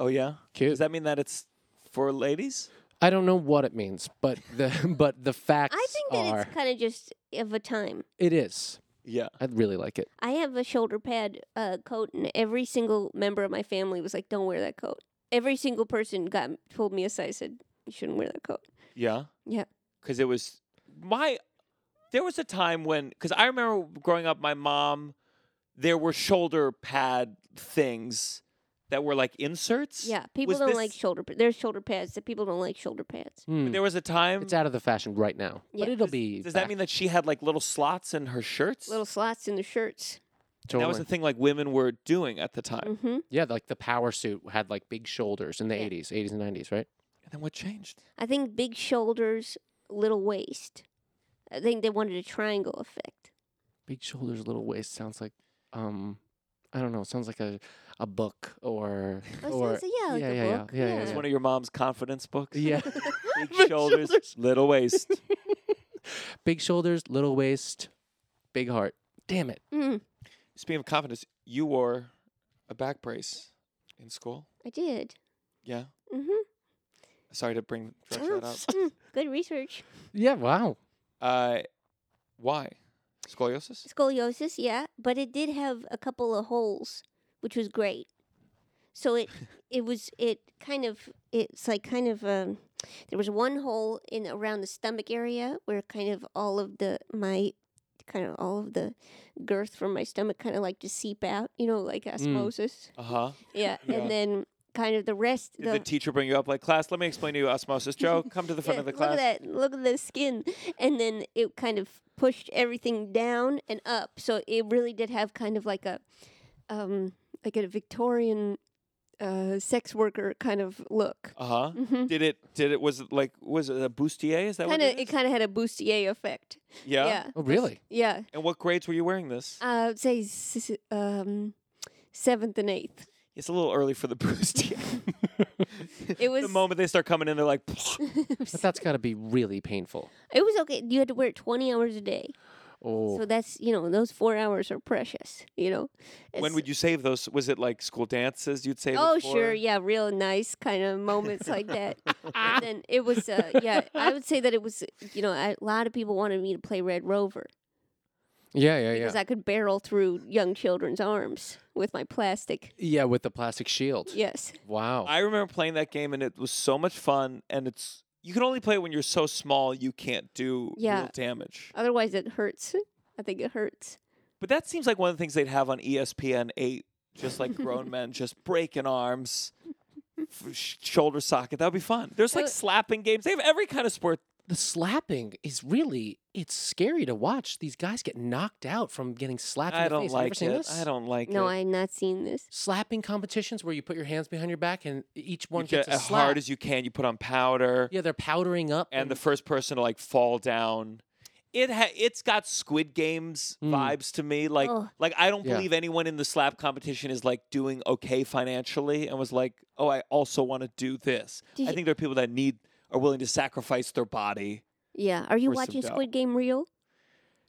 oh yeah. Cute. Does that mean that it's for ladies? I don't know what it means, but the but the facts I think that are it's kind of just of a time. it is. Yeah. I really like it. I have a shoulder pad uh, coat, and every single member of my family was like, "Don't wear that coat." Every single person got pulled me aside, said, "You shouldn't wear that coat." Yeah. Yeah. Because it was my. There was a time when, because I remember growing up, my mom, there were shoulder pad things that were like inserts. Yeah, people Was don't this- like shoulder. Pa- there's shoulder pads that people don't like shoulder pads. Hmm. There was a time. It's out of the fashion right now, Yeah. but it'll Does- be. Does that mean back. that she had like little slots in her shirts? Little slots in the shirts. And that was Totally. the thing like women were doing at the time. Mm-hmm. yeah, like the power suit had like big shoulders in the Yeah. '80s, '80s and '90s, right? And then what changed? I think big shoulders, little waist. I think they wanted a triangle effect. Big shoulders, little waist sounds like, um, I don't know. Sounds like a a book or Oh, or sounds like- yeah, like yeah, a yeah, book, yeah, yeah, yeah. It's yeah. one of your mom's confidence books. Yeah. Big shoulders, little waist. big shoulders, little waist, big heart. Damn it. Mm, Speaking of confidence, you wore a back brace in school. I did. Yeah. Mm-hmm. Sorry to bring dress that up. Good research. Yeah. Wow. Uh, why? Scoliosis? Scoliosis, yeah, but it did have a couple of holes, which was great. So it it was it kind of it's like kind of um, there was one hole in around the stomach area where kind of all of the my kind of all of the girth from my stomach kind of like just seep out, you know, like osmosis. Uh huh. Yeah, Yeah. and then kind of the rest. Did the teacher bring you up like class? Let me explain to you osmosis. Joe, come to the front of the look at class. that! Look at the skin, and then it kind of pushed everything down and up. So it really did have kind of like a, um, like a Victorian, uh, sex worker kind of look. Uh huh. Mhm. Did it? Did it? Was it like? Was it a bustier? Is that what Kind it of, it is? kind of had a bustier effect. yeah. Oh, really? yeah. And what grades were you wearing this? I would say s- s- um, seventh and eighth. It's a little early for the bustier. It was the moment they start coming in, they're like, But that's got to be really painful. it was okay. You had to wear it twenty hours a day. Oh, So that's you know those four hours are precious. You know, when It's- would you save those? Was it like school dances you'd save? it Oh for? sure, yeah, real nice kind of moments like that. and then it was, uh, yeah, I would say that it was, you know, I, a lot of people wanted me to play Red Rover yeah, yeah, yeah. because I could barrel through young children's arms with my plastic. yeah, with the plastic shield. Yes, Wow. I remember playing that game and it was so much fun. And it's you can only play it when you're so small you can't do Yeah. real damage. otherwise it hurts. I think it hurts. But that seems like one of the things they'd have on E ESPN eight, just like grown men just breaking arms, f- sh- shoulder socket. That would be fun. There's like Uh, slapping games. They have every kind of sport. the slapping is really it's scary to watch these guys get knocked out from getting slapped in I the don't face. Have you ever like seen it. this? I don't like No, it. I've not seen this. slapping competitions where you put your hands behind your back and e-, each You one get gets a as slap. hard as you can. You put on powder. yeah, they're powdering up and the first person to like fall down. It ha- it's got Squid Games Mm. vibes to me. Like Ugh. like I don't Oh. Yeah. believe anyone in the slap competition is like doing okay financially and was like, oh, I also want to do this. Did I you- think there are people that need are willing to sacrifice their body. Yeah, are you First of watching doubt. Squid Game real?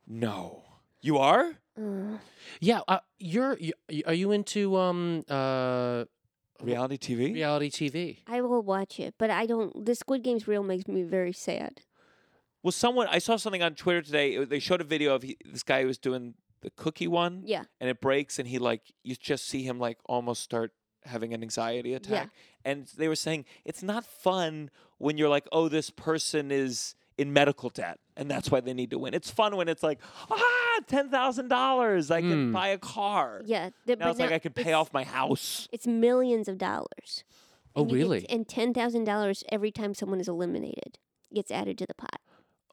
No, you are. Uh, yeah. Uh, you're you, are you into um uh Reality TV. reality TV? I will watch it, but I don't. The Squid Game's real makes me very sad. Well, someone I saw something on Twitter today. It- they showed a video of he, this guy who was doing the cookie one. Yeah, and it breaks and he like you just see him like almost start having an anxiety attack and they were saying it's not fun when you're like oh this person is in medical debt, and that's why they need to win. It's fun when it's like, ah, ten thousand dollars, I can Mm. buy a car. Yeah. the- Now but it's like now I can pay it's- off my house. It's millions of dollars. Oh, And it- really? And ten thousand dollars every time someone is eliminated gets added to the pot.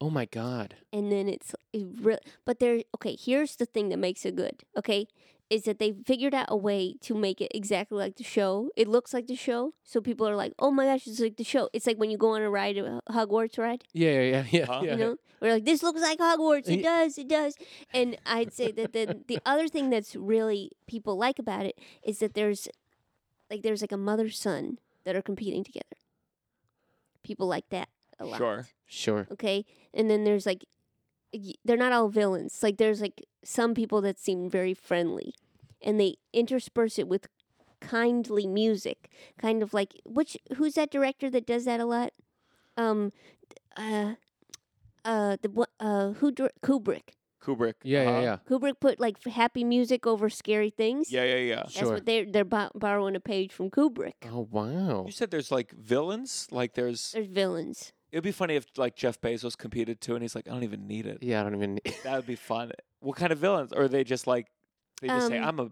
Oh my God. and then it's it re- but they're okay here's the thing that makes it good okay is that they figured out a way to make it exactly like the show it looks like the show so people are like oh my gosh it's like the show it's like when you go on a ride a hogwarts ride Yeah, yeah, yeah, Huh? yeah. you know we're like this looks like hogwarts it Ye- does it does and i'd say that the, the other thing that's really people like about it is that there's like there's like a mother son that are competing together people like that a lot Sure. Sure. Uh-huh. okay and then there's like y- they're not all villains like there's like some people that seem very friendly and they intersperse it with kindly music kind of like which who's that director that does that a lot um uh uh the one- uh who dir- kubrick Kubrick. Yeah, yeah, huh? yeah. kubrick put like f- happy music over scary things Yeah, yeah, yeah. that's Sure. what they're they're bo- borrowing a page from kubrick Uh, Oh wow. You said there's like villains. Like there's. there's villains It'd be funny if like Jeff Bezos competed too, and he's like, I don't even need it. Yeah, I don't even. That would be fun. What kind of villains? Or are they just like they just say, Um, I'm a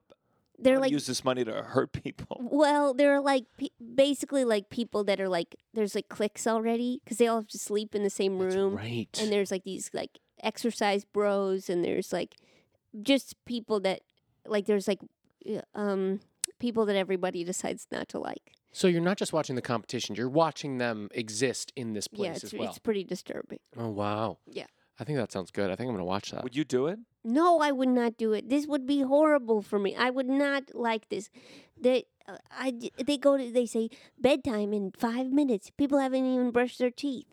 they're I'm gonna like use this money to hurt people. Well, there are like pe- basically like people that are like there's like cliques already because they all have to sleep in the same That's room, right. and there's like these like exercise bros, and there's like just people that like there's like uh, um people that everybody decides not to like. so you're not just watching the competition; you're watching them exist in this place yeah, it's, as well. it's pretty disturbing. Oh wow. Yeah. I think that sounds good. I think I'm gonna watch that. Would you do it? No, I would not do it. This would be horrible for me. I would not like this. They, uh, I, d- they go to, they say bedtime in five minutes. People haven't even brushed their teeth.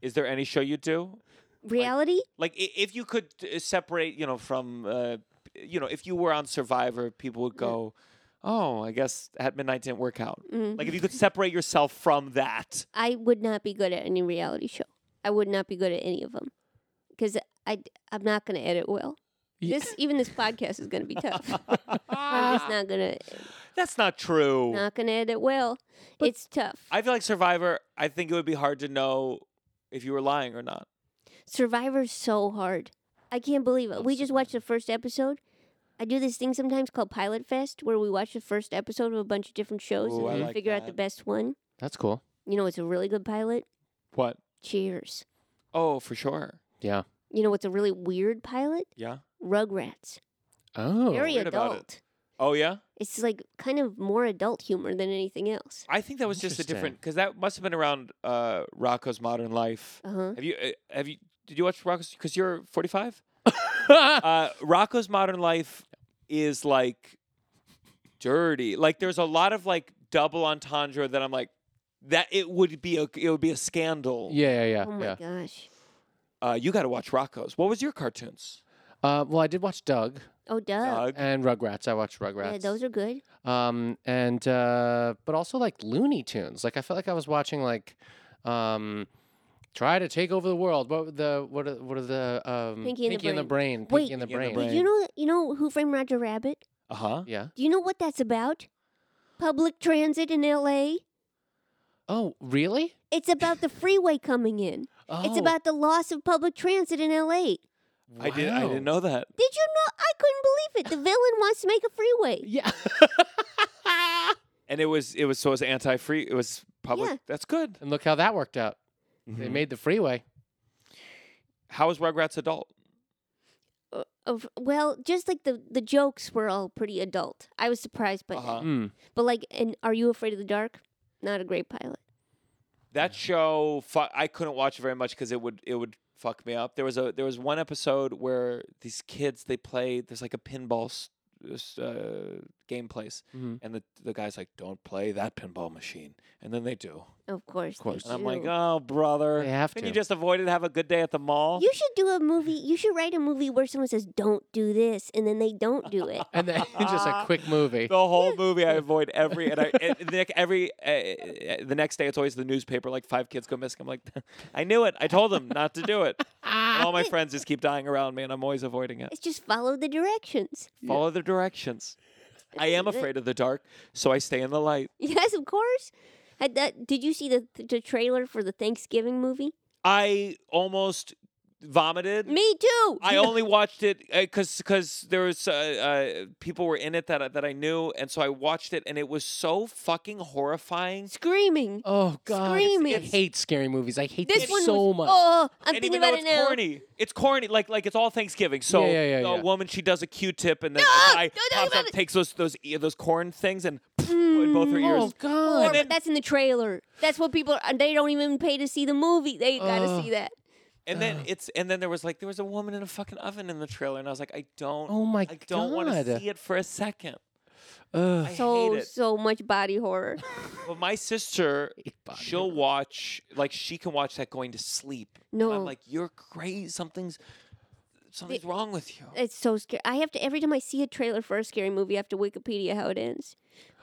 Is there any show you do? Reality? Like i- if you could uh, separate, you know, from uh, you know, if you were on Survivor, people would go, "Oh, I guess at midnight didn't work out." Mm. Like if you could separate yourself from that. I would not be good at any reality show. I would not be good at any of them because I I'm not going to edit well. Yeah. This even this podcast is going to be tough. I'm just not gonna That's not true. not gonna edit well. it's tough. I feel like Survivor. I think it would be hard to know if you were lying or not. Survivor's so hard. I can't believe it. We just watched the first episode. I do this thing sometimes called Pilot Fest where we watch the first episode of a bunch of different shows Ooh, I and we like figure out that. the best one. That's cool. You know, it's a really good pilot. What? Cheers. Oh, for sure. Yeah. You know, it's a really weird pilot. Yeah. Rugrats. Oh. Very Weird about it. adult. Oh yeah. It's like kind of more adult humor than anything else. I think that was just a different Interesting. because that must have been around uh, Rocco's Modern Life. Uh huh. Have you? Uh, have you? Did you watch Rocco's? Because you're 45. uh, Rocco's Modern Life is like dirty. Like there's a lot of like double entendre that I'm like that it would be a it would be a scandal. yeah, yeah, yeah. Oh my yeah. gosh. Uh, you got to watch Rocco's. What was your cartoons? Uh, well, I did watch Doug Oh, duh. Doug? and Rugrats. I watched Rugrats. Yeah, those are good. um, and uh, but also like Looney Tunes. Like I felt like I was watching like, um, try to take over the world. What were the what are what are the um, Pinky and the brain. Wait, Pinky and the Pinky and brain. the But you know, you know, Who Framed Roger Rabbit? Uh huh. Yeah. Do you know what that's about? Public transit in L.A. Oh, really? It's about the freeway coming in. Oh, It's about the loss of public transit in L.A. I did. I didn't wow. know that. Did you know? I couldn't believe it. The villain wants to make a freeway. Yeah. And it was it was so it was anti free. It was public. Yeah. That's good. and look how that worked out. They Mhm. made the freeway. How is Rugrats adult? Uh, of- well, just like the the jokes were all pretty adult. I was surprised by Uh-huh. that. Mm. But like, and Are You Afraid of the Dark? Not a great pilot. That show, fu- I couldn't watch it very much because it would it would fuck me up. There was a there was one episode where these kids they play there's like a pinball s- s- uh, game place, Mhm. and the the guy's like, "Don't play that pinball machine," and then they do, Of course. Of course. and I'm like, "Oh, brother, They have can to. you just avoid it? Have a good day at the mall." You should do a movie. You should write a movie where someone says, "Don't do this," and then they don't do it. And then just a quick movie. the whole movie, I avoid every and I and the next- every uh, uh, the next day, it's always the newspaper. Like five kids go missing. I'm like, I knew it. I told them not to do it. And all my friends just keep dying around me, and I'm always avoiding it. It's just follow the directions. Follow the directions. I am afraid of the dark, so I stay in the light. Yes, of course. I, that, did you see the the trailer for the Thanksgiving movie? I almost vomited. Me too. I only watched it because because there was uh, uh, people were in it that I- that I knew, and so I watched it, and it was so fucking horrifying. screaming. Oh God! Screaming. I hate scary movies. I hate This them one so was, much. Oh, I'm and even thinking though about it it's now. corny, it's corny. Like like it's all Thanksgiving. So Yeah, yeah, yeah, a yeah. woman she does a Q-tip, and then No, the guy don't talk pops about up, it. takes those those e- those corn things, and in both her ears. Oh Or, God! And then- but that's in the trailer. That's what people are, they don't even pay to see the movie. They gotta see that. And then it's and then there was like there was a woman in a fucking oven in the trailer, and I was like, I don't. Oh my I don't want to God. see it for a second. Ugh. I hate So it. so much body horror. But my sister, body she'll watch like she can watch that going to sleep. And No. I'm like you're crazy. Something's something's wrong with you. It's so scary. I have to every time I see a trailer for a scary movie, I have to Wikipedia how it ends.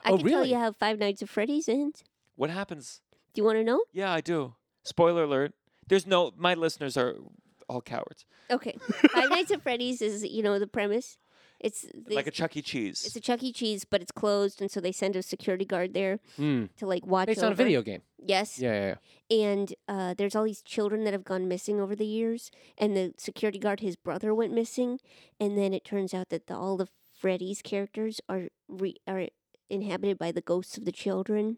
I Oh, can tell really? you how Five Nights at Freddy's ends. What happens? Do you want to know? Yeah, I do. Spoiler alert. There's no. My listeners are all cowards. Okay, Five Nights at Freddy's is you know the premise. It's the, like a Chuck E. Cheese. it's a Chuck E. Cheese, but it's closed, and so they send a security guard there Mm. to like watch. Based on a over. video game. Yes. Yeah, yeah, yeah. and uh, there's all these children that have gone missing over the years and the security guard his brother went missing and then it turns out that the, all the freddy's characters are re- are inhabited by the ghosts of the children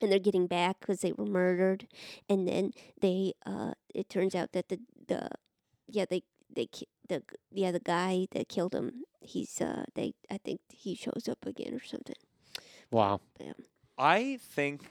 and they're getting back because they were murdered and then they uh, it turns out that the the yeah they they ki- the g- yeah the guy that killed him he's uh they i think he shows up again or something Wow. I think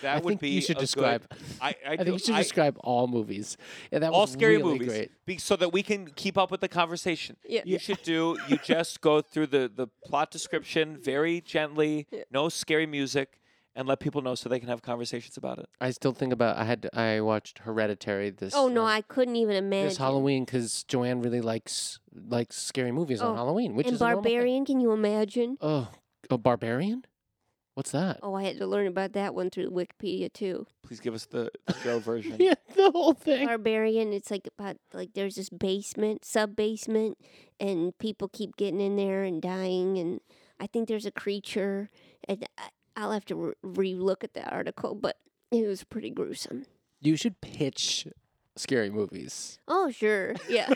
that I would think be. you should a good- describe- I, I, I think you should describe all movies. Yeah, that all was scary really movies, Great. be- so that we can keep up with the conversation. Yeah. You should do. You just go through the the plot description very gently. No scary music. And let people know so they can have conversations about it. I still think about. I had. I watched Hereditary this. oh no um, i couldn't even imagine this Halloween because Joanne really likes likes scary movies Oh, on Halloween, which and is a normal thing. barbarian can you imagine Oh, a barbarian? What's that? Oh, I had to learn about that one through Wikipedia too. Please give us the, the show version. Yeah, the whole thing. Barbarian, it's like about like there's this basement, sub basement, and people keep getting in there and dying, and I think there's a creature, and I, I'll have to re look at the article, but it was pretty gruesome. You should pitch scary movies. Oh sure, yeah,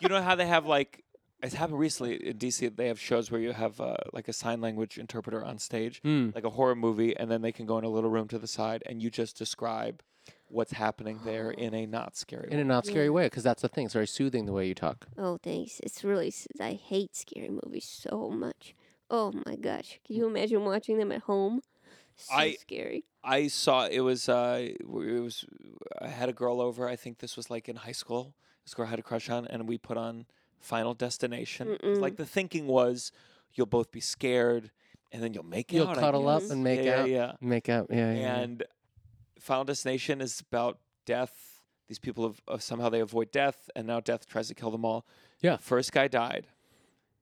you know how they have like it's happened recently in DC. They have shows where you have uh, like a sign language interpreter on stage, like a horror movie, and then they can go in a little room to the side and you just describe what's happening there in a not scary. In a way. not scary way, because that's the thing. It's very soothing the way you talk. oh thanks. It's really s- I hate scary movies so much. Oh my gosh, can you imagine watching them at home? So I- scary. I saw it was uh, w- it was I had a girl over. I think this was like in high school. This girl I had a crush on, and we put on Final Destination. 'Cause, Like the thinking was, you'll both be scared, and then you'll make it You'll out, I cuddle up guess. and make Yeah, out. yeah, yeah. Make out. Yeah, yeah, yeah. and Final Destination is about death. These people have, uh, somehow they avoid death, and now death tries to kill them all. Yeah. first guy died,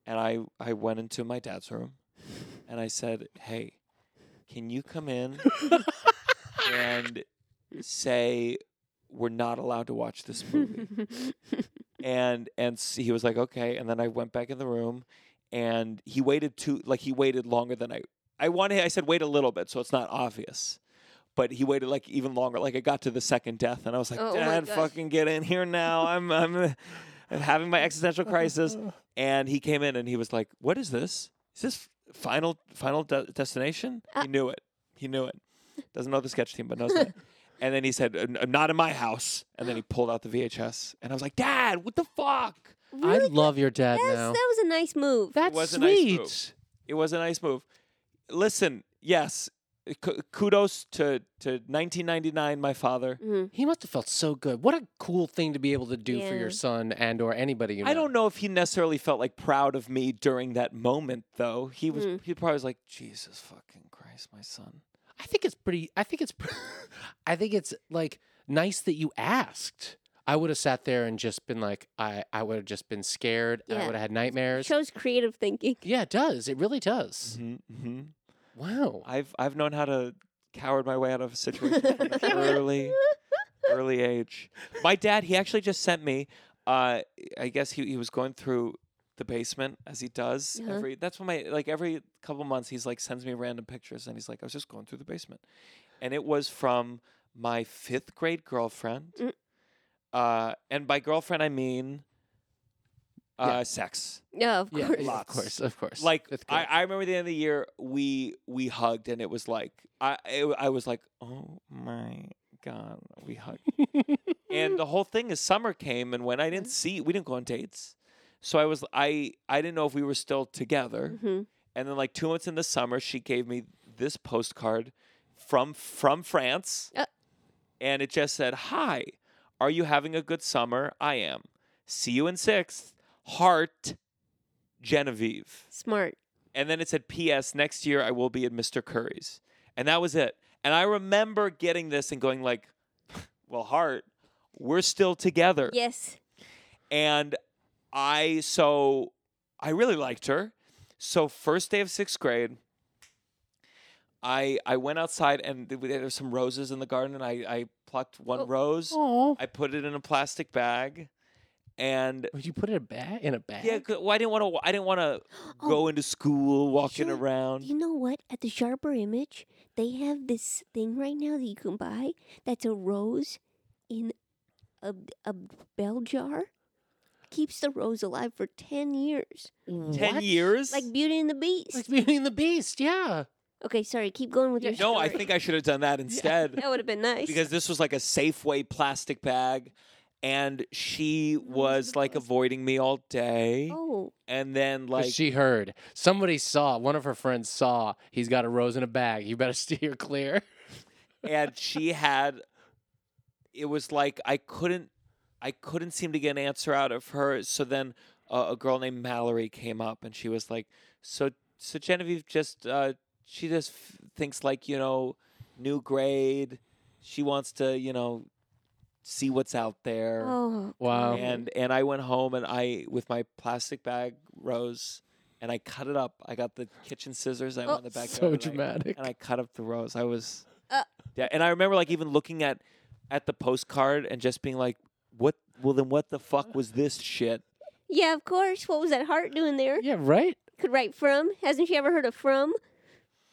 and I I went into my dad's room, and I said, "Hey, can you come in and say we're not allowed to watch this movie?" and and s- he was like, "Okay," and then I went back in the room, and he waited too like he waited longer than I I wanted. I said wait a little bit, so it's not obvious. But he waited like even longer. Like I got to the second death, and I was like, Oh, oh my "Dad, gosh. fucking get in here now! I'm I'm, I'm having my existential crisis." And he came in, and he was like, "What is this? Is this final final de- destination?" Uh he knew it. He knew it. Doesn't know the sketch team, but knows that. And then he said, "Uh, n- "Not in my house." And then he pulled out the VHS, and I was like, "Dad, what the fuck?" I love your dad That's, now. that was a nice move. That's was a nice sweet. move. It was a nice move. Listen, yes, k- kudos to to 1999, my father. Mm-hmm. He must have felt so good. What a cool thing to be able to do for Yeah. your son and or anybody you know. I don't know if he necessarily felt like proud of me during that moment, though. He was he probably was like, Jesus fucking Christ, my son. I think it's pretty. I think it's. pr- I think it's like nice that you asked. I would have sat there and just been like, I, I would have just been scared. and I Yeah. would have had nightmares. shows creative thinking. yeah, it does. It really does. Mm-hmm. Wow. I've I've known how to coward my way out of a situation from an early early age. My dad, he actually just sent me. Uh, I guess he he was going through the basement as he does Uh-huh. every. That's when my like every couple months he's like sends me random pictures and he's like I was just going through the basement, and it was from my fifth grade girlfriend, Mm. uh, and by girlfriend I mean, uh, Yeah. sex. No, of Yeah, course. yeah, of Lots. course, of course. Like Fifth I, grade. I remember the end of the year we we hugged and it was like I it, I was like oh my god we hugged and the whole thing is summer came and when I Mm-hmm. didn't see we didn't go on dates so I was I I didn't know if we were still together Mm-hmm. Mhm. and then like two months in the summer she gave me this postcard from from France Uh. and it just said hi are you having a good summer I am see you in sixth heart Genevieve Smart. and then it said, P.S. Next year I will be at Mr. Curry's, and that was it. And I remember getting this and going like, "Well, Hart, we're still together." Yes. And I so I really liked her. So first day of sixth grade, I I went outside and th- there were some roses in the garden, and I I plucked one rose. oh, I put it in a plastic bag, and would you put it in a bag? In a bag? Oh. yeah, 'cause- well, I didn't want to. I didn't want to go into school walking Sure. around. Oh, You know what? At the Sharper Image, they have this thing right now that you can buy that's a rose in a, a bell jar. Keeps the rose alive for 10 years. Ten What? years? Like Beauty and the Beast. Like Beauty and the Beast. Yeah. okay, sorry. Keep going with your no, I story. think I should have done that instead That would have been nice. because this was like a Safeway plastic bag. And she was like avoiding me all day. oh, And then, 'Cause like, she heard somebody saw one of her friends saw he's got a rose in a bag. You better steer clear. and she had, it was like I couldn't, I couldn't seem to get an answer out of her. So then uh, a girl named Mallory came up and she was like, So, so Genevieve just, uh, she just f- thinks like, you know, new grade. She wants to, you know, see what's out there. oh. Wow. God. and and I went home and I with my plastic bag rose and I cut it up. I got the kitchen scissors. I Oh. went in the backyard. so and I- dramatic. And I cut up the rose. I was Uh. yeah. And I remember like even looking at at the postcard and just being like, what? Well, then what the fuck was this shit? Yeah, of course. What was that heart doing there? yeah. Right. Could write from. Hasn't she ever heard of from?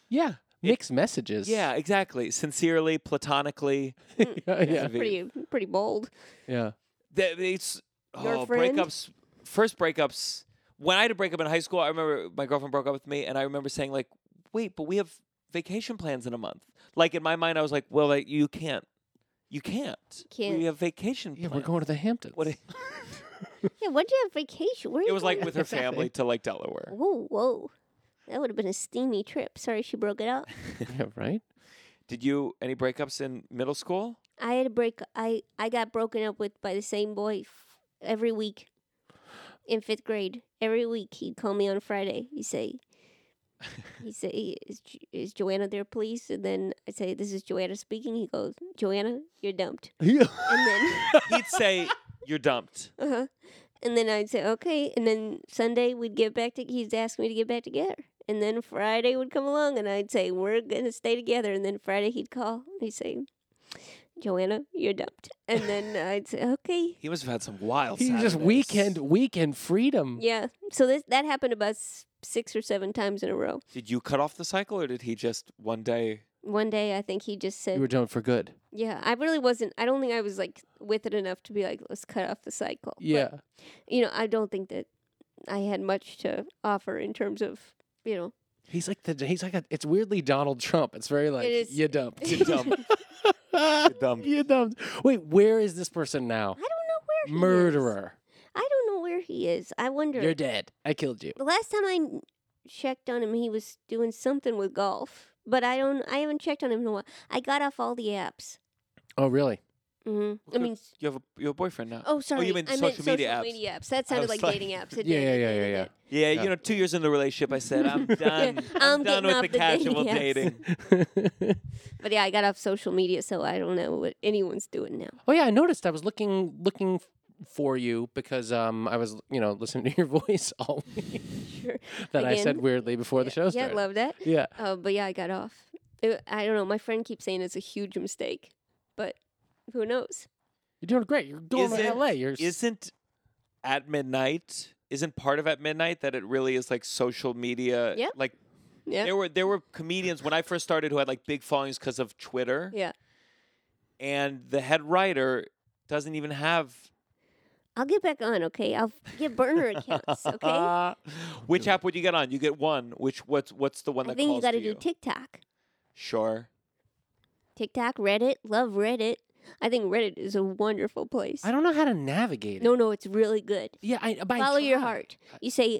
Yeah. Mixed messages. Yeah, exactly. Sincerely, platonically. yeah. Yeah. Pretty, pretty bold. Yeah. Th- it's Your oh, friend? breakups. First breakups. When I had a breakup in high school, I remember my girlfriend broke up with me, and I remember saying like, "Wait, but we have vacation plans in a month." Like in my mind, I was like, "Well, like, you can't, you can't. Can't. We have vacation. Yeah, plans. We're going to the Hamptons. What? It, Yeah, when'd you have vacation? Where are it you was like going? with her Exactly. family to like Delaware. Whoa, whoa. That would have been a steamy trip. Sorry she broke it up. yeah. Right. Did you any breakups in middle school? I had a break. I, I got broken up with by the same boy f- every week in fifth grade. Every week he'd call me on Friday. He'd say, he'd say, is, Jo- is Joanna there, please? And then I'd say, this is Joanna speaking. He goes, Joanna, you're dumped. And then... He'd say, "You're dumped." Uh-huh. And then I'd say, okay. And then Sunday we'd get back to, he'd ask me to get back together. And then Friday would come along and I'd say, we're going to stay together. And then Friday he'd call and he'd say, Joanna, you're dumped. And then I'd say, okay. He must have had some wild. He just Saturdays. weekend weekend freedom. Yeah. So this, that happened about s- six or seven times in a row. Did you cut off the cycle, or did he just one day? One day I think he just said, You were done for good. yeah, I really wasn't, I don't think I was like with it enough to be like, let's cut off the cycle. But Yeah. you know, I don't think that I had much to offer in terms of, you know, He's like the he's like a, it's weirdly Donald Trump. It's very like is- you dumped. You're dumped. you dumped. dumped. Wait, where is this person now? I don't know where he is. Murderer. I don't know where he is. I wonder. You're dead. I killed you. the last time I n- checked on him, he was doing something with golf, but I don't. I haven't checked on him in a while. I got off all the apps. Oh really? hmm I Good. mean, s- You have a, you have a boyfriend now. oh sorry, you mean I meant social media apps. media apps. That sounded was like, like- dating apps. Yeah, yeah, yeah, yeah, yeah. Yeah, Yeah. you know, two years in the relationship, I said, I'm done. done I'm getting with off the the dating casual apps." dating. But yeah, I got off social media, so I don't know what anyone's doing now. oh yeah, I noticed. I was looking looking f- for you because um I was you know listening to your voice all week Sure. that I Again. said weirdly before the show yeah, started. love that. yeah. Uh, but yeah, I got off. It, I don't know. My friend keeps saying it's a huge mistake, but who knows? You're doing great. You're going to Isn't- LA. You're s- Isn't at midnight isn't part of at midnight that it really is like social media. Yep. Like Yeah. there were there were comedians when I first started who had like big followings because of Twitter. yeah. And the head writer doesn't even have I'll get back on, okay? I'll get burner accounts, okay? Ah, I uh, which app would you get on? You get one. Which what's what's the one that think you calls got to to do you? TikTok. Sure. TikTok, Reddit, love Reddit. I think Reddit is a wonderful place. I don't know how to navigate it. No, no, it's really good. Yeah, I but I Follow your tried. heart. You say,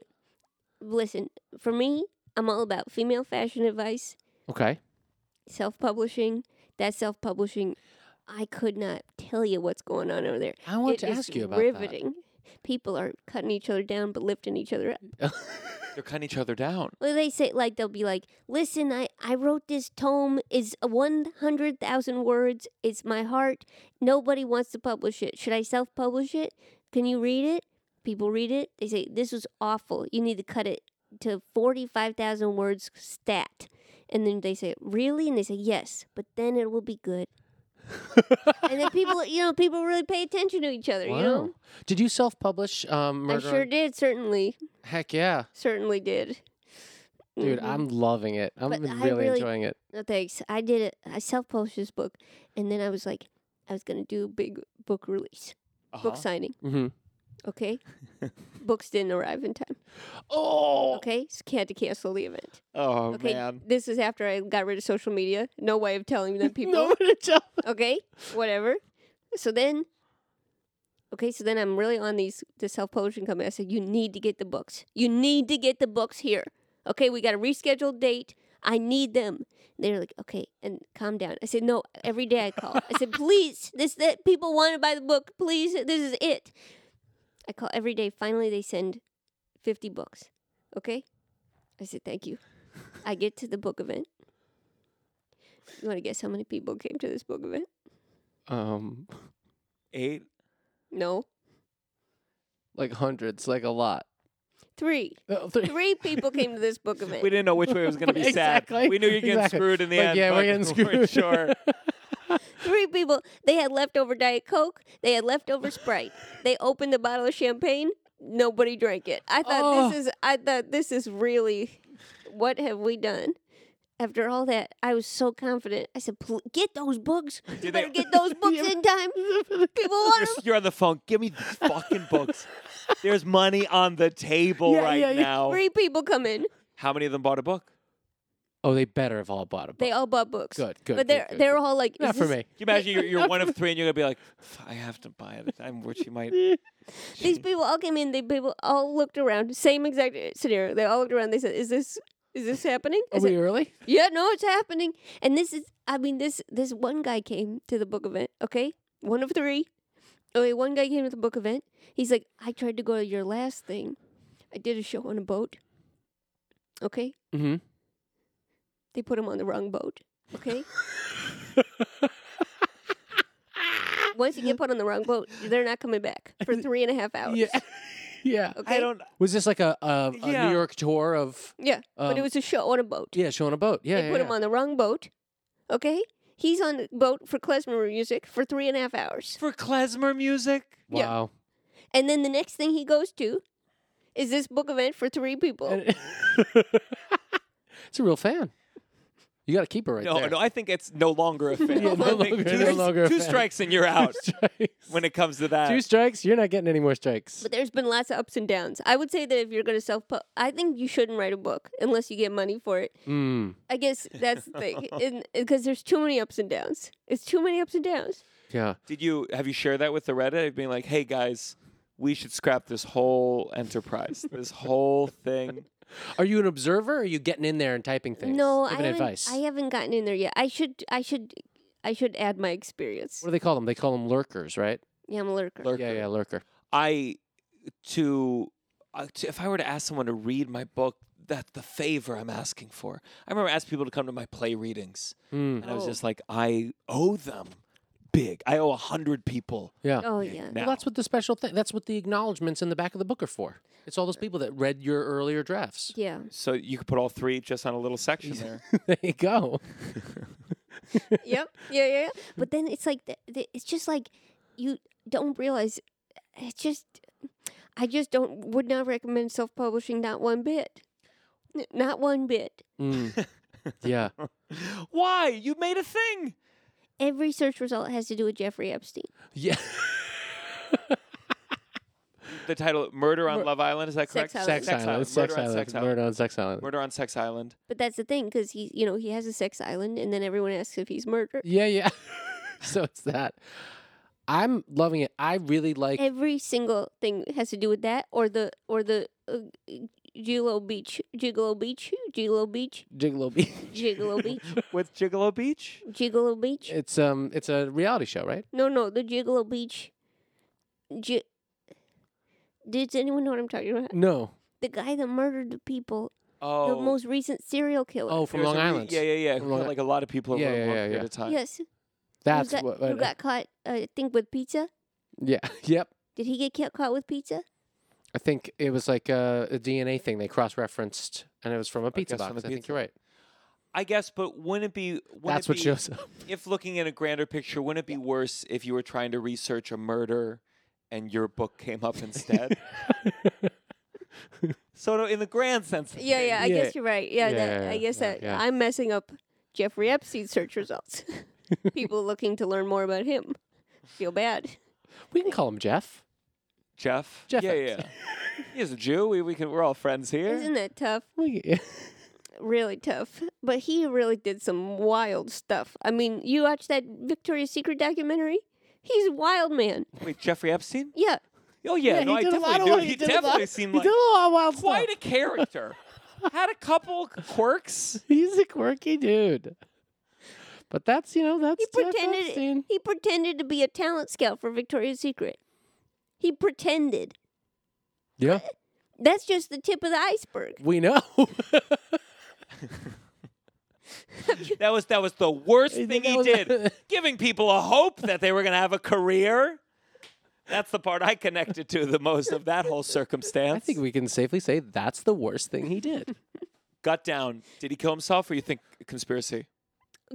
listen, for me, I'm all about female fashion advice, Okay. self publishing. That self publishing, I could not tell you what's going on over there. I want It to is ask you about that. riveting. People are cutting each other down but lifting each other up. They're cutting each other down. Well, they say like they'll be like, "Listen, I I wrote this tome is one hundred thousand words. It's my heart. Nobody wants to publish it. Should I self publish it? Can you read it? People read it. They say this was awful. You need to cut it to forty five thousand words stat." And then they say, "Really?" And they say, "Yes, but then it will be good." and then people, you know, people really pay attention to each other. Wow. You know, Did you self-publish um, Murder? I on- sure did. Certainly, Heck yeah, certainly did. dude! Mhm. I'm loving it. I'm But I really, really- enjoying it. No thanks. I did it. I self published this book, and then I was like, I was gonna do a big book release, Uh-huh. book signing. hmm Okay, books didn't arrive in time. Oh. Okay, so had to cancel the event. Oh Okay, man. this is after I got rid of social media. No way of telling them people. Okay, whatever. So then, okay, so then I'm really on these the self publishing company. I said, you need to get the books. You need to get the books here. Okay, we got a rescheduled date. I need them. They're like, okay, and calm down. I said, no. Every day I call. I said, please, this that people want to buy the book. Please, this is it. I call every day. Finally, they send fifty books. Okay, I said, thank you. I get to the book event. You want to guess how many people came to this book event? Um, Eight. No. like hundreds, like a lot. Three. Uh, three- Three people came to this book event. We didn't know which way it was going to be Exactly. sad. We knew you're getting Exactly. screwed in the Like, end. yeah, we're but getting we weren't screwed. sure. Three people. They had leftover Diet Coke. They had leftover Sprite. they opened a bottle of champagne. Nobody drank it. I thought Oh. this is I thought this is really what have we done? After all that, I was so confident. I said, "Pl- "Get those books. You Did they- better get those books in time. People want You're, them." you're on the phone. Give me these fucking books. There's money on the table Yeah, right yeah, yeah. now. Three people come in. How many of them bought a book? Oh, they better have all bought a book. They all bought books. Good, good, good, But they're good, they're good. all like, Not "Is for this- me. Can you imagine you're, you're one of three and you're going to be like, I have to buy it. I'm rich. You might. These people all came in. They people all looked around. Same exact uh, scenario. They all looked around. They said, "Is this is this happening?" I Are said, we early? "Yeah, no, it's happening." And this is, I mean, this this one guy came to the book event. Okay, one of three. Okay, one guy came to the book event. He's like, "I tried to go to your last thing. I did a show on a boat. Okay, Mm-hmm. they put him on the wrong boat. Okay." Once you get put on the wrong boat, they're not coming back for three and a half hours. Yeah. yeah. Okay. I don't. Was this like a, a, a Yeah. New York tour of? Yeah, but it Um, was a show on a boat. Yeah, showing a boat. Yeah, they yeah, put yeah. him on the wrong boat. Okay, he's on the boat for klezmer music for three and a half hours, For klezmer music? yeah. Wow. and then the next thing he goes to is this book event for three people. it's a real fan. You got to keep her right no, there. no, I think it's no longer a fan. Yeah, no I think longer- two, no longer a two fan. strikes and you're out Strikes. when it comes to that. Two strikes, you're not getting any more strikes. But there's been lots of ups and downs. I would say that if you're going to self, I think you shouldn't write a book unless you get money for it. Mm. I guess that's the thing, because there's too many ups and downs. It's too many ups and downs. Yeah. Did you have you shared that with the Reddit? Being like, hey guys, we should scrap this whole enterprise, this whole thing. Are you an observer? Or are you getting in there and typing things? No, I giving haven't, advice. I haven't gotten in there yet. I should, I should, I should add my experience. What do they call them? They call them lurkers, right? Yeah, I'm a lurker. Lurker. Yeah, yeah, lurker. I to, uh, to if I were to ask someone to read my book, that's the favor I'm asking for. I remember asking people to come to my play readings, Mm. and I was Oh. just like, I owe them big. I owe a hundred people. Yeah. Oh yeah. Now. Well, that's what the special thing. That's what the acknowledgments in the back of the book are for. It's all those people that read your earlier drafts. Yeah. so you could put all three just on a little section there. there you go. yep. Yeah, yeah, yeah. But then it's like th- th- it's just like you don't realize it's just I just don't would not recommend self publishing not one bit. N- Not one bit. Mm. yeah. Why? You made a thing. Every search result has to do with Jeffrey Epstein. Yeah. The title "Murder on Mur- Love Island" is that correct? Sex Island. sex island. Sex Murder on island. Sex Island. Murder on sex island. Murder on Sex Island. But that's the thing because he, you know, he has a sex island, and then everyone asks if he's murdered. Yeah, yeah. so it's that. I'm loving it. I really like. Every single thing has to do with that, or the or the uh, Gigolo Beach, Gigolo Beach, Gigolo Beach, Gigolo Beach. Gigolo Beach, With Gigolo Beach? Gigolo Beach. It's um, it's a reality show, right? No, no, the Gigolo Beach. Gi- Does anyone know what I'm talking about? No. The guy that murdered the people, Oh. the most recent serial killer. Oh, from There's Long a re- Island. Yeah, yeah, yeah. From who Long killed, I- like a lot of people Yeah, over yeah, a long yeah, period yeah. of time. yes, who That's got- what. who got caught. Uh, I think with pizza. yeah. Yep. Did he get ca- caught with pizza? I think it was like uh, a, a DNA thing they cross-referenced, and it was from a pizza guess box. from I a think pizza. you're right. I guess, but wouldn't it be? Wouldn't That's it what be, shows up. If looking at a grander picture, wouldn't it be worse if you were trying to research a murder, and your book came up instead? so, no, in the grand sense, of Yeah, yeah, I Yeah. guess you're right. Yeah, Yeah, that, yeah, I guess yeah, that yeah. I'm messing up Jeffrey Epstein's search results. People looking to learn more about him feel bad. We can call him Jeff. Jeff. Jeff Yeah, yeah. Epstein. He's a Jew. We, we can. We're all friends here. Isn't that tough? We, Really tough. But he really did some wild stuff. I mean, you watch that Victoria's Secret documentary? He's a wild man. Wait, Jeffrey Epstein? Yeah. Oh yeah, no, I he did a definitely lot of knew. wild- He, he did a lot- definitely seemed he like did a lot of wild quite stuff. a character. Had a couple quirks. He's a quirky dude. But that's you know that's He Jeff pretended Epstein. he pretended to be a talent scout for Victoria's Secret. He pretended. Yeah, That's just the tip of the iceberg. we know. That was that was the worst I thing think he that was- did. Giving people a hope that they were going to have a career. That's the part I connected to the most of that whole circumstance. I think we can safely say that's the worst thing he did. gut down. Did he kill himself, or you think conspiracy?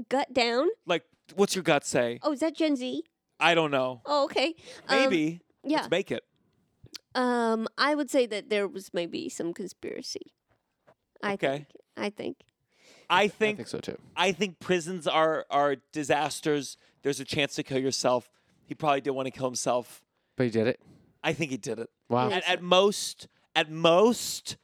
Gut down. Like, what's your gut say? Oh, is that Gen Z? I don't know. Oh, okay. Um, Maybe. yeah. Let's make it. Um, I would say that there was maybe some conspiracy. I Okay. Think, I think. I I think think so too. I think prisons are are disasters. There's a chance to kill yourself. He probably didn't want to kill himself. But he did it. I think he did it. Wow. At, at most, at most,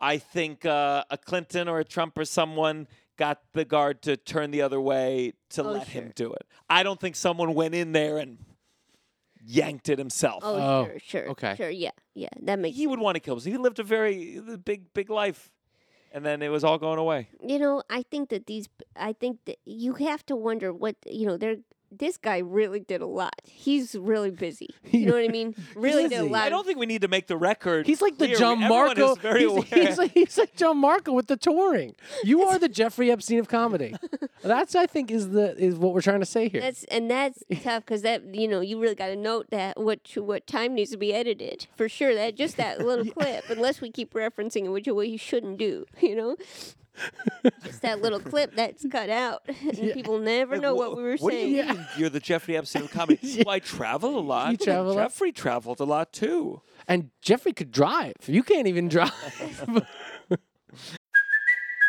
I think uh, a Clinton or a Trump or someone got the guard to turn the other way to Oh, let sure. him do it. I don't think someone went in there and yanked it himself. Oh, Oh, sure, sure. okay. Sure, yeah. Yeah. That makes He would want to kill himself. He lived a very big, big life, and then it was all going away. you know, I think that these I think that you have to wonder what you know, they're this guy really did a lot. He's really busy. You know what I mean? Really did a busy. lot. I don't think we need to make the record. He's like the clear. John Everyone Marco. is very he's, aware. he's like, he's like John Marco with the touring. You are the Jeffrey Epstein of comedy. That's I think is the is what we're trying to say here. that's and that's tough because that you know you really got to note that what what time needs to be edited for sure. That just that little clip, unless we keep referencing it, which is what you shouldn't do. You know, just that little clip that's cut out, and people never Like, know wha- what we were what saying. Do you mean you're the Jeffrey Epstein of comedy. Well, I travel a lot. travel a lot. Jeffrey traveled a lot too. and Jeffrey could drive. You can't even drive.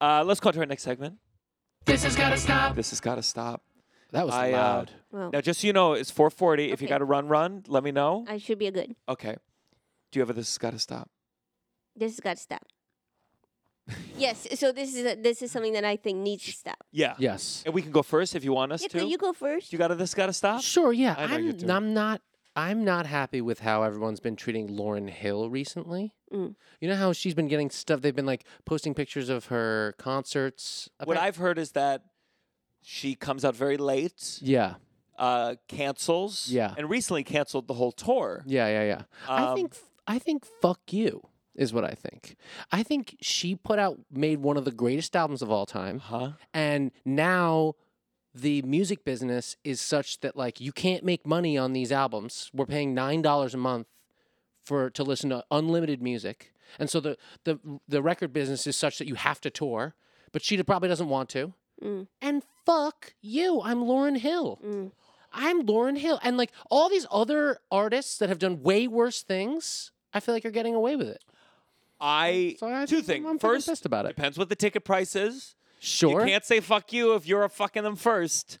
Uh, let's go on to our next segment. This has gotta stop. This has got to stop. That was I, uh, loud. Well, Now, just so you know, it's 440. If you Okay. got to run, run, let me know. I should be a good. okay. Do you have a This has got to stop? This has got to stop. yes, so this is a, this is something that I think needs to stop. Yeah. yes. And we can go first if you want us Yeah, to. you go first. you got a This got to stop? Sure. Yeah. I know you I'm, do. I'm not. I'm not happy with how everyone's been treating Lauren Hill recently. Mm. You know how she's been getting stuff. They've been like posting pictures of her concerts. What Appar- I've heard is that she comes out very late, yeah, uh, cancels, Yeah. and recently canceled the whole tour. yeah, yeah, yeah. I Um, think I think fuck you is what I think. I think she put out made one of the greatest albums of all time Um, Huh? and now the music business is such that like you can't make money on these albums. We're paying $9 a month for to listen to unlimited music. And so the the the record business is such that you have to tour, but she probably doesn't want to. Mm. And fuck you. I'm Lauren Hill. Mm. I'm Lauren Hill. And like all these other artists that have done way worse things, I feel like are getting away with it. I So I- two I'm- things. I'm fucking first, pissed about it. depends what the ticket price is. Sure. You can't say fuck you if you're a fucking them first.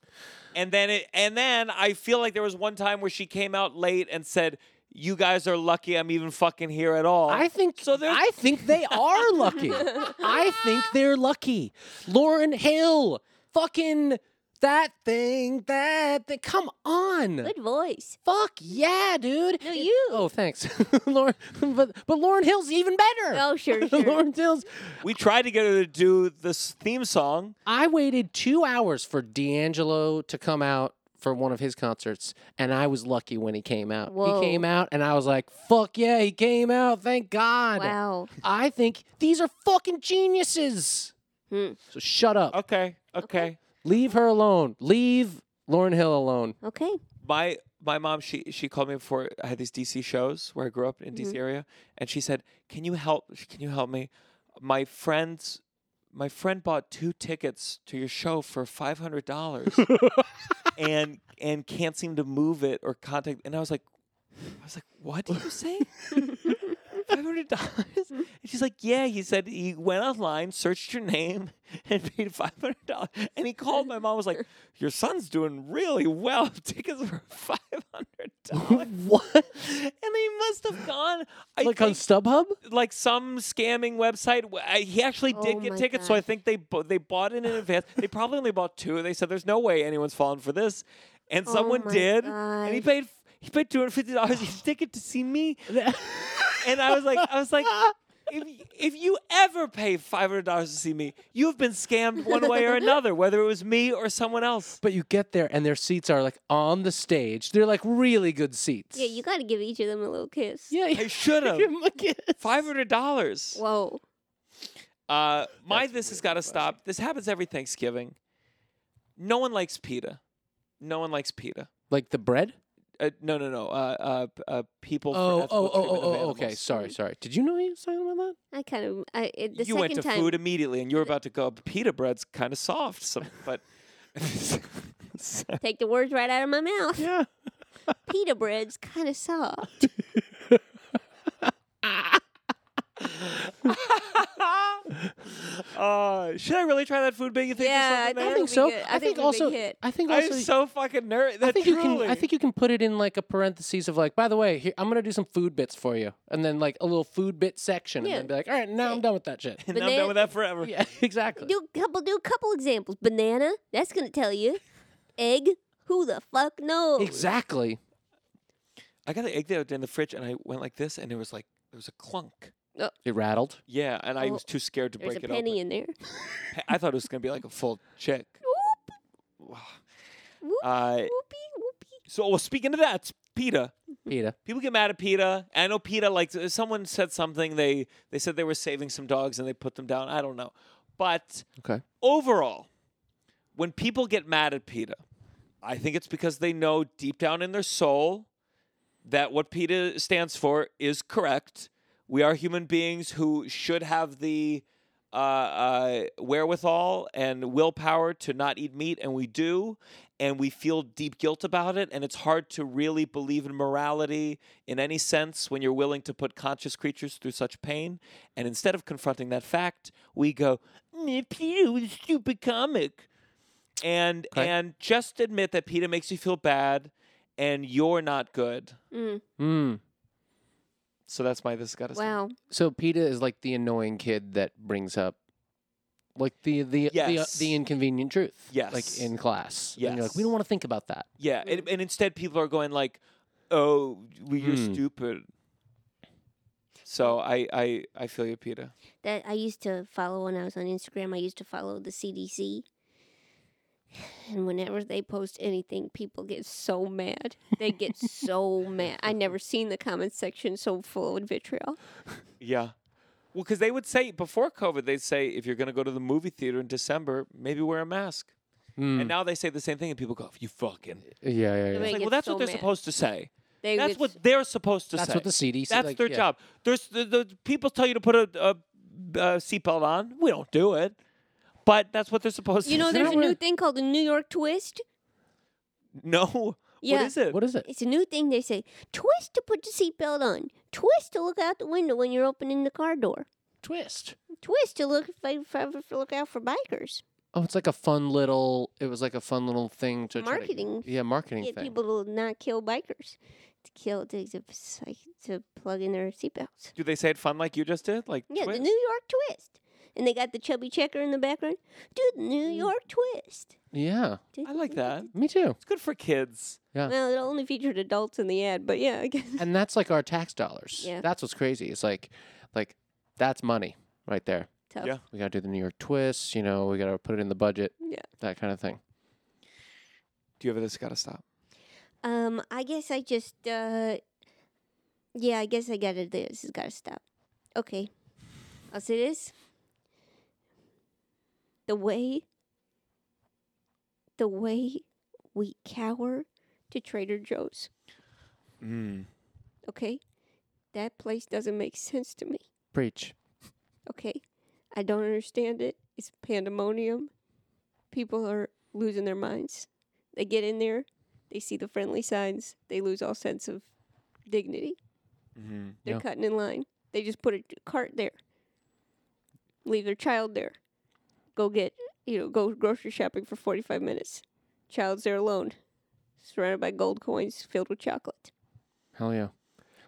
And then it and then I feel like there was one time where she came out late and said, You guys are lucky I'm even fucking here at all. I think So there's- I think they are lucky. I think they're lucky. Lauren Hill, fucking that thing, that thing. Come on. Good voice. Fuck yeah, dude. No, you. Oh, thanks, Lauren. But but Lauren Hill's even better. Oh, sure, sure. Lauren Hill's. we tried to get her to do this theme song. I waited two hours for D'Angelo to come out for one of his concerts, and I was lucky when he came out. Whoa. He came out, and I was like, "Fuck yeah, he came out! Thank God." Wow. I think these are fucking geniuses. Hmm. So shut up. Okay, okay. Leave her alone. Leave Lauren Hill alone. Okay. my my mom she she called me before I had these DC shows where I grew up in Mm-hmm. DC area, and she said, "Can you help? Can you help me? My friends, my friend bought two tickets to your show for five hundred dollars, and and can't seem to move it or contact." And I was like, I was like, "What did you say?" Five hundred dollars, and she's like, "Yeah." He said he went online, searched your name, and paid five hundred dollars. And he called my mom. Was like, "Your son's doing really well. Tickets were five hundred dollars." What? And he must have gone. I like like on StubHub? like some scamming website. W- I- He actually did Oh get my tickets, so I gosh. think they bu- they bought it in advance. they probably only bought two. They said, "There's no way anyone's falling for this," and Oh someone my did, and he gosh. paid. He paid two hundred fifty dollars each ticket to see me, and I was like, I was like, if, y- if you ever pay five hundred dollars to see me, you have been scammed one way or another, whether it was me or someone else. But you get there and their seats are like on the stage. They're like really good seats. Yeah, you got to give each of them a little kiss. Yeah, I should have give 'em a kiss. five hundred dollars. Whoa. Uh, my this has got to stop. This happens every Thanksgiving. No one likes pita. No one likes pita. Like the bread? Uh, no, no, no. Uh, uh, p- uh, people. for Oh, oh, ethical oh, oh, treatment of oh, okay. animals. Sorry, sorry. Did you know he was talking about that? I kind of. I it, the you second went to time. food immediately, and you were about to go. Pita bread's kind of soft, so, but Take the words right out of my mouth. Yeah. Pita bread's kind of soft. uh, should I really try that food big? You think? there's Yeah, something I there? think so. good. I I think think it'll be also hit. I think I'm also so fucking nerdy. That I think you truly- can. I think you can put it in like a parentheses of like. By the way, here, I'm gonna do some food bits for you, and then like a little food bit section, Yeah. and then be like, all right, now I'm done with that shit. And I'm banana- done with that forever. yeah, exactly. Do a couple. Do a couple examples. Banana. That's gonna tell you. Egg. Who the fuck knows? Exactly. I got the egg out in the fridge, and I went like this, and it was like there was a clunk. It rattled. Yeah, and I Oh, was too scared to There's break a it penny open. in there. I thought it was gonna be like a full check. Whoop, Uh, whoopee, whoopee. So, well, speaking of that, Peta. Peta. People get mad at Peta. I know Peta. Like s- someone said something. They they said they were saving some dogs and they put them down. I don't know, but Okay. overall, when people get mad at Peta, I think it's because they know deep down in their soul that what Peta stands for is correct. We are human beings who should have the uh, uh, wherewithal and willpower to not eat meat, and we do. And we feel deep guilt about it, and it's hard to really believe in morality in any sense when you're willing to put conscious creatures through such pain. And instead of confronting that fact, we go, "Mm, Peter was a stupid comic. And Okay. and just admit that Peter makes you feel bad and you're not good. Mm, Mm. So that's my this has got to wow. So Peta is like the annoying kid that brings up, like the the the, uh, Yes. the inconvenient truth. Yes. Like in class. And you're like, we Yes. don't want to think about that. Yeah, and, Mm. and instead people are going like, "Oh, well, you're Hmm. stupid." So I I I feel you, Peter. That I used to follow when I was on Instagram. I used to follow the CDC, And whenever they post anything, people get so mad. They get so mad. I never seen the comment section so full of vitriol. Yeah. Well, because they would say before COVID, they'd say if you're going to go to the movie theater in December, maybe wear a mask. And now they say the same thing, and people go, "You fucking." It's Yeah, yeah, yeah. They like, get well, that's so what they're mad. supposed to say. They That's get what so- they're supposed to That's say. what the CDC That's like, their yeah. job. There's the, the people tell you to put a, a, a seatbelt on. We don't do it, but that's what they're supposed You to. know, do. there's a new thing called the New York twist. no. Yeah. What is it? What is it? It's a new thing they say. Twist to put the seatbelt on. Twist to look out the window when you're opening the car door. Twist. Twist to look for, for, for- look out for bikers. Oh, it's like a fun little. It was like a fun little thing to try to- Marketing. yeah, marketing Get thing. people to not kill bikers. To kill to, to, to plug in their seatbelts. do they say it fun like you just did? Like Yeah, twist? the New York twist. And they got the chubby checker in the background. Do the New York twist. yeah, Mm. I like that. me too. It's good for kids. Yeah. Well, it only featured adults in the ad, but yeah, I guess. And that's like our tax dollars. Yeah. That's what's crazy. It's like, like that's money right there. Tough. Yeah. We gotta do the New York twist. You know, we gotta put it in the budget. Yeah. That kind of thing. Do you ever this gotta stop? Um, I guess I just, uh, yeah, I guess I got to This has got to stop. Okay. I'll say this. The way, the way we cower to Trader Joe's, Mm. okay? That place doesn't make sense to me. Preach. Okay. I don't understand it. It's pandemonium. People are losing their minds. They get in there, they see the friendly signs, they lose all sense of dignity. hmm They're Yeah. cutting in line. They just put a cart there, leave their child there, go get, you know, go grocery shopping for 45 minutes. Child's there alone, surrounded by gold coins filled with chocolate. Hell yeah.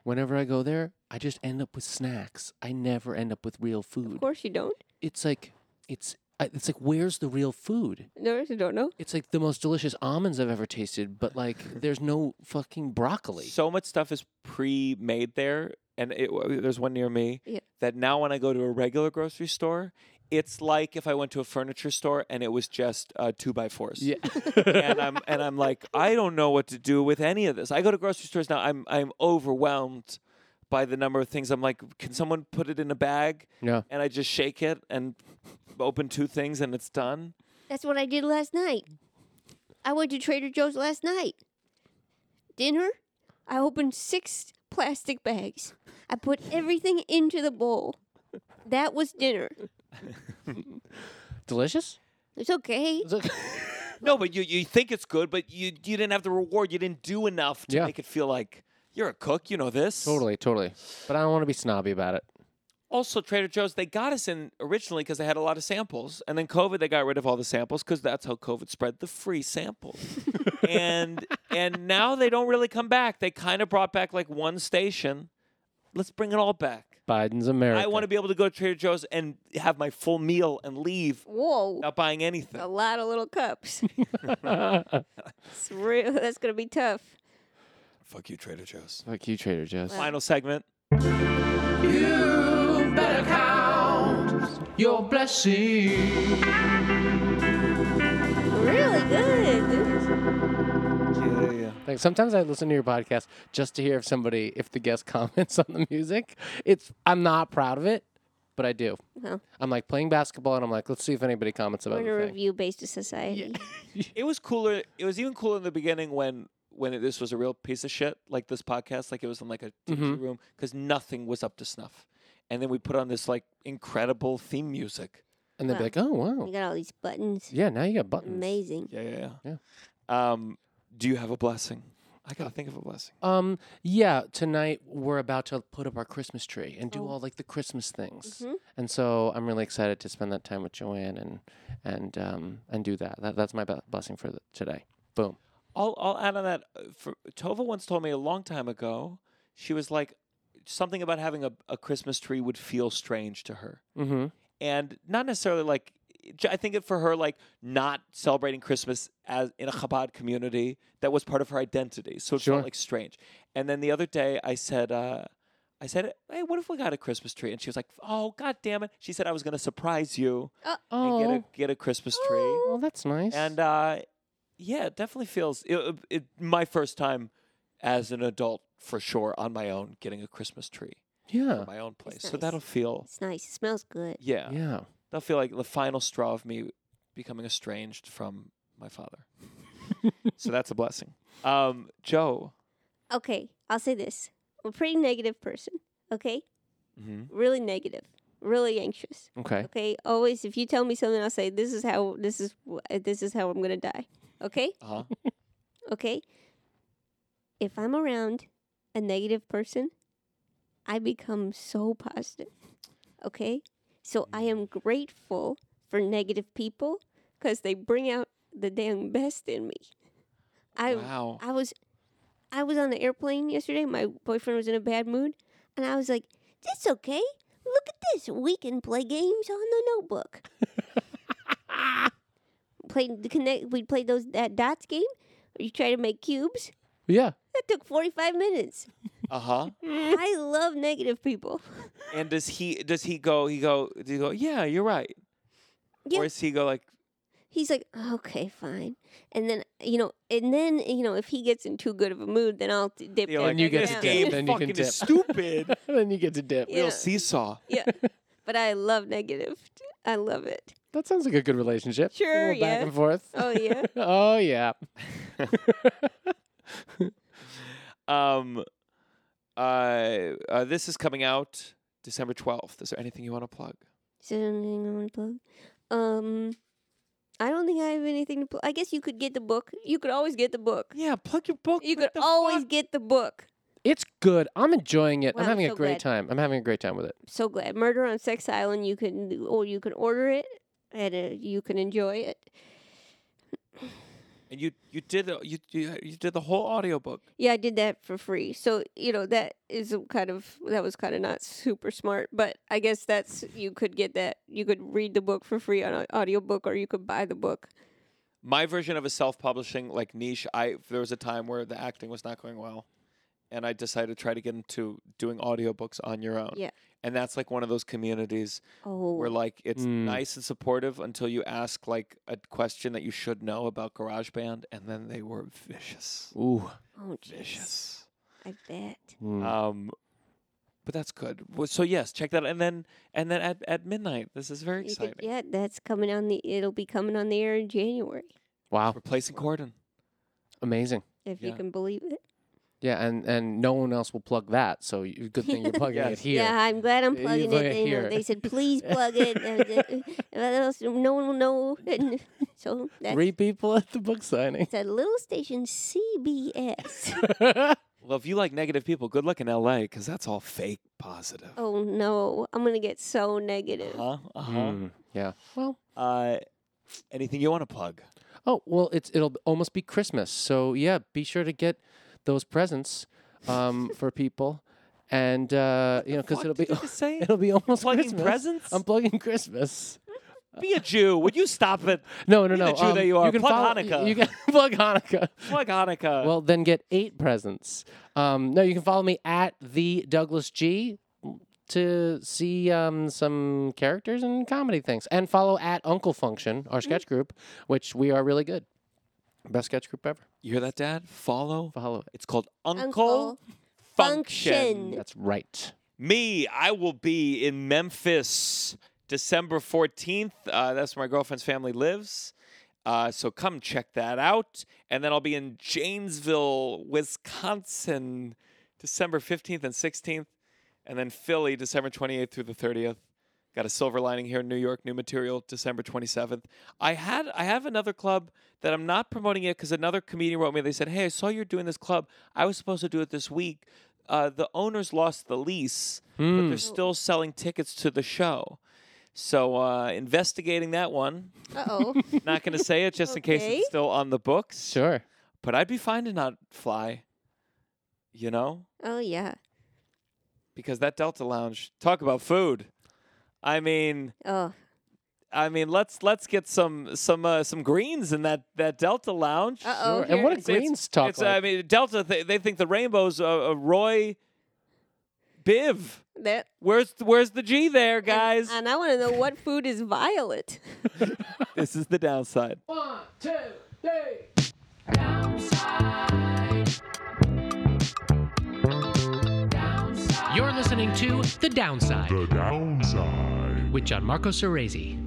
Whenever I go there, I just end up with snacks. I never end up with real Of food. course, you don't. It's like, it's I- it's like, where's the real food? No, you don't know. It's like the most delicious almonds I've ever tasted, but like, there's no fucking broccoli. So much stuff is pre-made there, and it, w- there's one near me Yeah. that now when I go to a regular grocery store, it's like if I went to a furniture store and it was just uh, two by fours. yeah. and I'm and I'm like I don't know what to do with any of this. I go to grocery stores now. I'm I'm overwhelmed by the number of things. I'm like, can someone put it in a bag? Yeah. And I just shake it and open two things and it's done. That's what I did last night. I went to Trader Joe's last night. Dinner, I opened six plastic bags. I put everything into the bowl. That was dinner. Delicious. It's okay. It's like- No, but you you think it's good, but you you didn't have the reward. You didn't do enough to Yeah. make it feel like you're a cook. You know this Totally, totally. But I don't want to be snobby about it. Also, Trader Joe's they got us in originally because they had a lot of samples, and then COVID they got rid of all the samples because that's how COVID spread the free samples. and and now they don't really come back. They kind of brought back like one station. Let's bring it all back. Biden's America. I want to be able to go to Trader Joe's and have my full meal and leave Whoa. without buying anything. A lot of little cups. it's real. That's going to be tough. Fuck you, Trader Joe's. Fuck you, Trader Joe's. Final segment. You better count your blessings. Really good. Yeah, yeah. Like sometimes I listen to your podcast just to hear if somebody, if the guest comments on the music. It's I'm not proud of it, but I do. Well. I'm like playing basketball, and I'm like, let's see if anybody comments We're about in a the thing. review based society. It was cooler. It was even cooler in the beginning when when it, this was a real piece of shit, like this podcast, like it was in like a dingy Mhm. room because nothing was up to snuff. And then we put on this like incredible theme music. And they'd be Wow. like, oh wow, You got all these buttons. yeah, now you got buttons. Amazing. Yeah, yeah, yeah. Um, do you have a blessing? I gotta think of a blessing. Um, yeah, tonight we're about to put up our Christmas tree and do Oh. all like the Christmas things, and so I'm really excited to spend that time with Joanne and and um and do that. that that's my be- blessing for the, today. Boom. I'll I'll add on that. uh, For, Tova once told me a long time ago, she was like something about having a, a Christmas tree would feel strange to her. Mm-hmm. and not necessarily like j- I think it for her like not celebrating Christmas as in a Chabad community that was part of her identity, so it Sure. felt like strange. And then the other day I said uh, I I said, "Hey, what if we got a Christmas tree?" And she was like, "Oh, god damn it!" She said I was gonna surprise you Oh, and get a get a Christmas tree. well, that's nice. And uh, yeah, it definitely feels it, it. My first time as an adult, for sure, on my own, getting a Christmas tree yeah, at my own place. So nice. that'll feel It's nice. It smells good. Oh, yeah, yeah. that'll feel like the final straw of me becoming estranged from my father. so that's a blessing. Um, Joe, Okay, I'll say this. I'm a pretty negative person. Okay, Mhm. really negative, really anxious. Okay. Okay, always if you tell me something, I'll say this is how this is wh- uh, this is how I'm gonna die. Okay, uh-huh. okay. If I'm around a negative person, I become so positive. Okay, so I am grateful for negative people because they bring out the damn best in me. I wow. I was I was on the airplane yesterday. My boyfriend was in a bad mood, and I was like, "That's okay. Look at this. We can play games on the notebook." played the connect. We played those that dots game. Where you try to make cubes. Yeah. That took forty five minutes. Uh huh. I love negative people. And does he does he go he go does he go, Yeah, you're right. Yeah. Or does he go like He's like, "Okay, fine," and then you know, and then you know, if he gets in too good of a mood, then I'll d- dip. You're down like, and you back get "This to down." dip. game Then you can fucking dip. is stupid. then you get to dip. Yeah. Real seesaw. yeah, but I love negative. I love it. That sounds like a good relationship. A Sure, little Back yeah. and forth. Oh yeah. oh yeah. Um uh, uh this is coming out December twelfth. Is there anything you want to plug? Is there anything I want to plug? Um, I don't think I have anything to plug. I guess you could get the book. You could always get the book. Yeah, plug your book. You What could the always fuck? get the book. It's good. I'm enjoying it. Wow, I'm having so a great glad. time. I'm having a great time with it. I'm so glad. Murder on Sex Island. You can or you can order it and uh, you can enjoy it. and you you did the- you you, you did the whole audiobook. Yeah, I did that for free. So you know that is a kind of that was kind of not super smart, but I guess that's you could get that. You could read the book for free on an audiobook, or you could buy the book. My version of a self publishing like niche, I there was a time where the acting was not going well. And I decided to try to get into doing audiobooks on your own. Yeah. And that's like one of those communities Oh, where like it's Mm. nice and supportive until you ask like a question that you should know about GarageBand, and then they were vicious, Ooh. oh, jeez, vicious. I bet. Mm. Um, but that's good. Well, So yes, check that. out. And then and then at, at midnight, this is very You could- exciting. yeah, that's coming on the. It'll be coming on the air in January, wow. Replacing Corden. Amazing. if you Yeah. can believe it. Yeah, and and no one else will plug that. So you, good thing you're plugging Yes. it here. Yeah, I'm glad I'm You plugging plug it. it in. You know, here. They said please plug it. and, uh, else no one will know. And so that's Three people at the book signing. it's a little station CBS. Hmm. Well, if you like negative people, good luck in L.A. because that's all fake positive. oh no, I'm gonna get so negative. Uh-huh, uh-huh. Mm, Yeah. Well. Uh, anything you want to plug? Oh well, it's it'll almost be Christmas. So yeah, be sure to get those presents um, for people, and uh, you know because Fuck, it'll be did you just say? it'll be almost plugging Christmas. presents? I'm plugging Christmas. Be a Jew. Would you stop it? No, Be no, the no. Jew that you are. can Plug follow- Hanukkah. You can plug Hanukkah. Plug Hanukkah. Well, then get eight presents. Um, no, you can follow me at the Douglas G to see um, some characters and comedy things, and follow at Uncle Function, our sketch Mm-hmm. group, which we are really good. Best sketch group ever. you hear that, Dad? Follow. Follow it. It's called Uncle, Uncle Function. Function. That's right. Me, I will be in Memphis December 14th. Uh, that's where my girlfriend's family lives. Uh, so come check that out. And then I'll be in Janesville, Wisconsin, December 15th and 16th. And then Philly, December 28th through the 30th. Got a silver lining here in New York, new material, December 27th. I had I have another club that I'm not promoting yet because another comedian wrote me. They said, Hey, I saw you're doing this club. I was supposed to do it this week. Uh, the owners lost the lease, Hmm. but they're still selling tickets to the show. So uh, investigating that one. Uh oh. Not going to say it just in case Okay. it's still on the books. Sure. But I'd be fine to not fly, you know, oh yeah. because that Delta Lounge. Talk about food. I mean, Oh I mean, let's let's get some some uh, some greens in that that Delta Lounge. Uh oh. Sure. And what a It's- uh, it's- greens talk It's, like. I mean, Delta. They, they think the rainbow's a, a Roy Biv. That Where's where's the G there, guys? And I want to know what food is violet. this is the downside. One, two, three. Downside. You're listening to The Downside The downside. with John Marco Cerezi.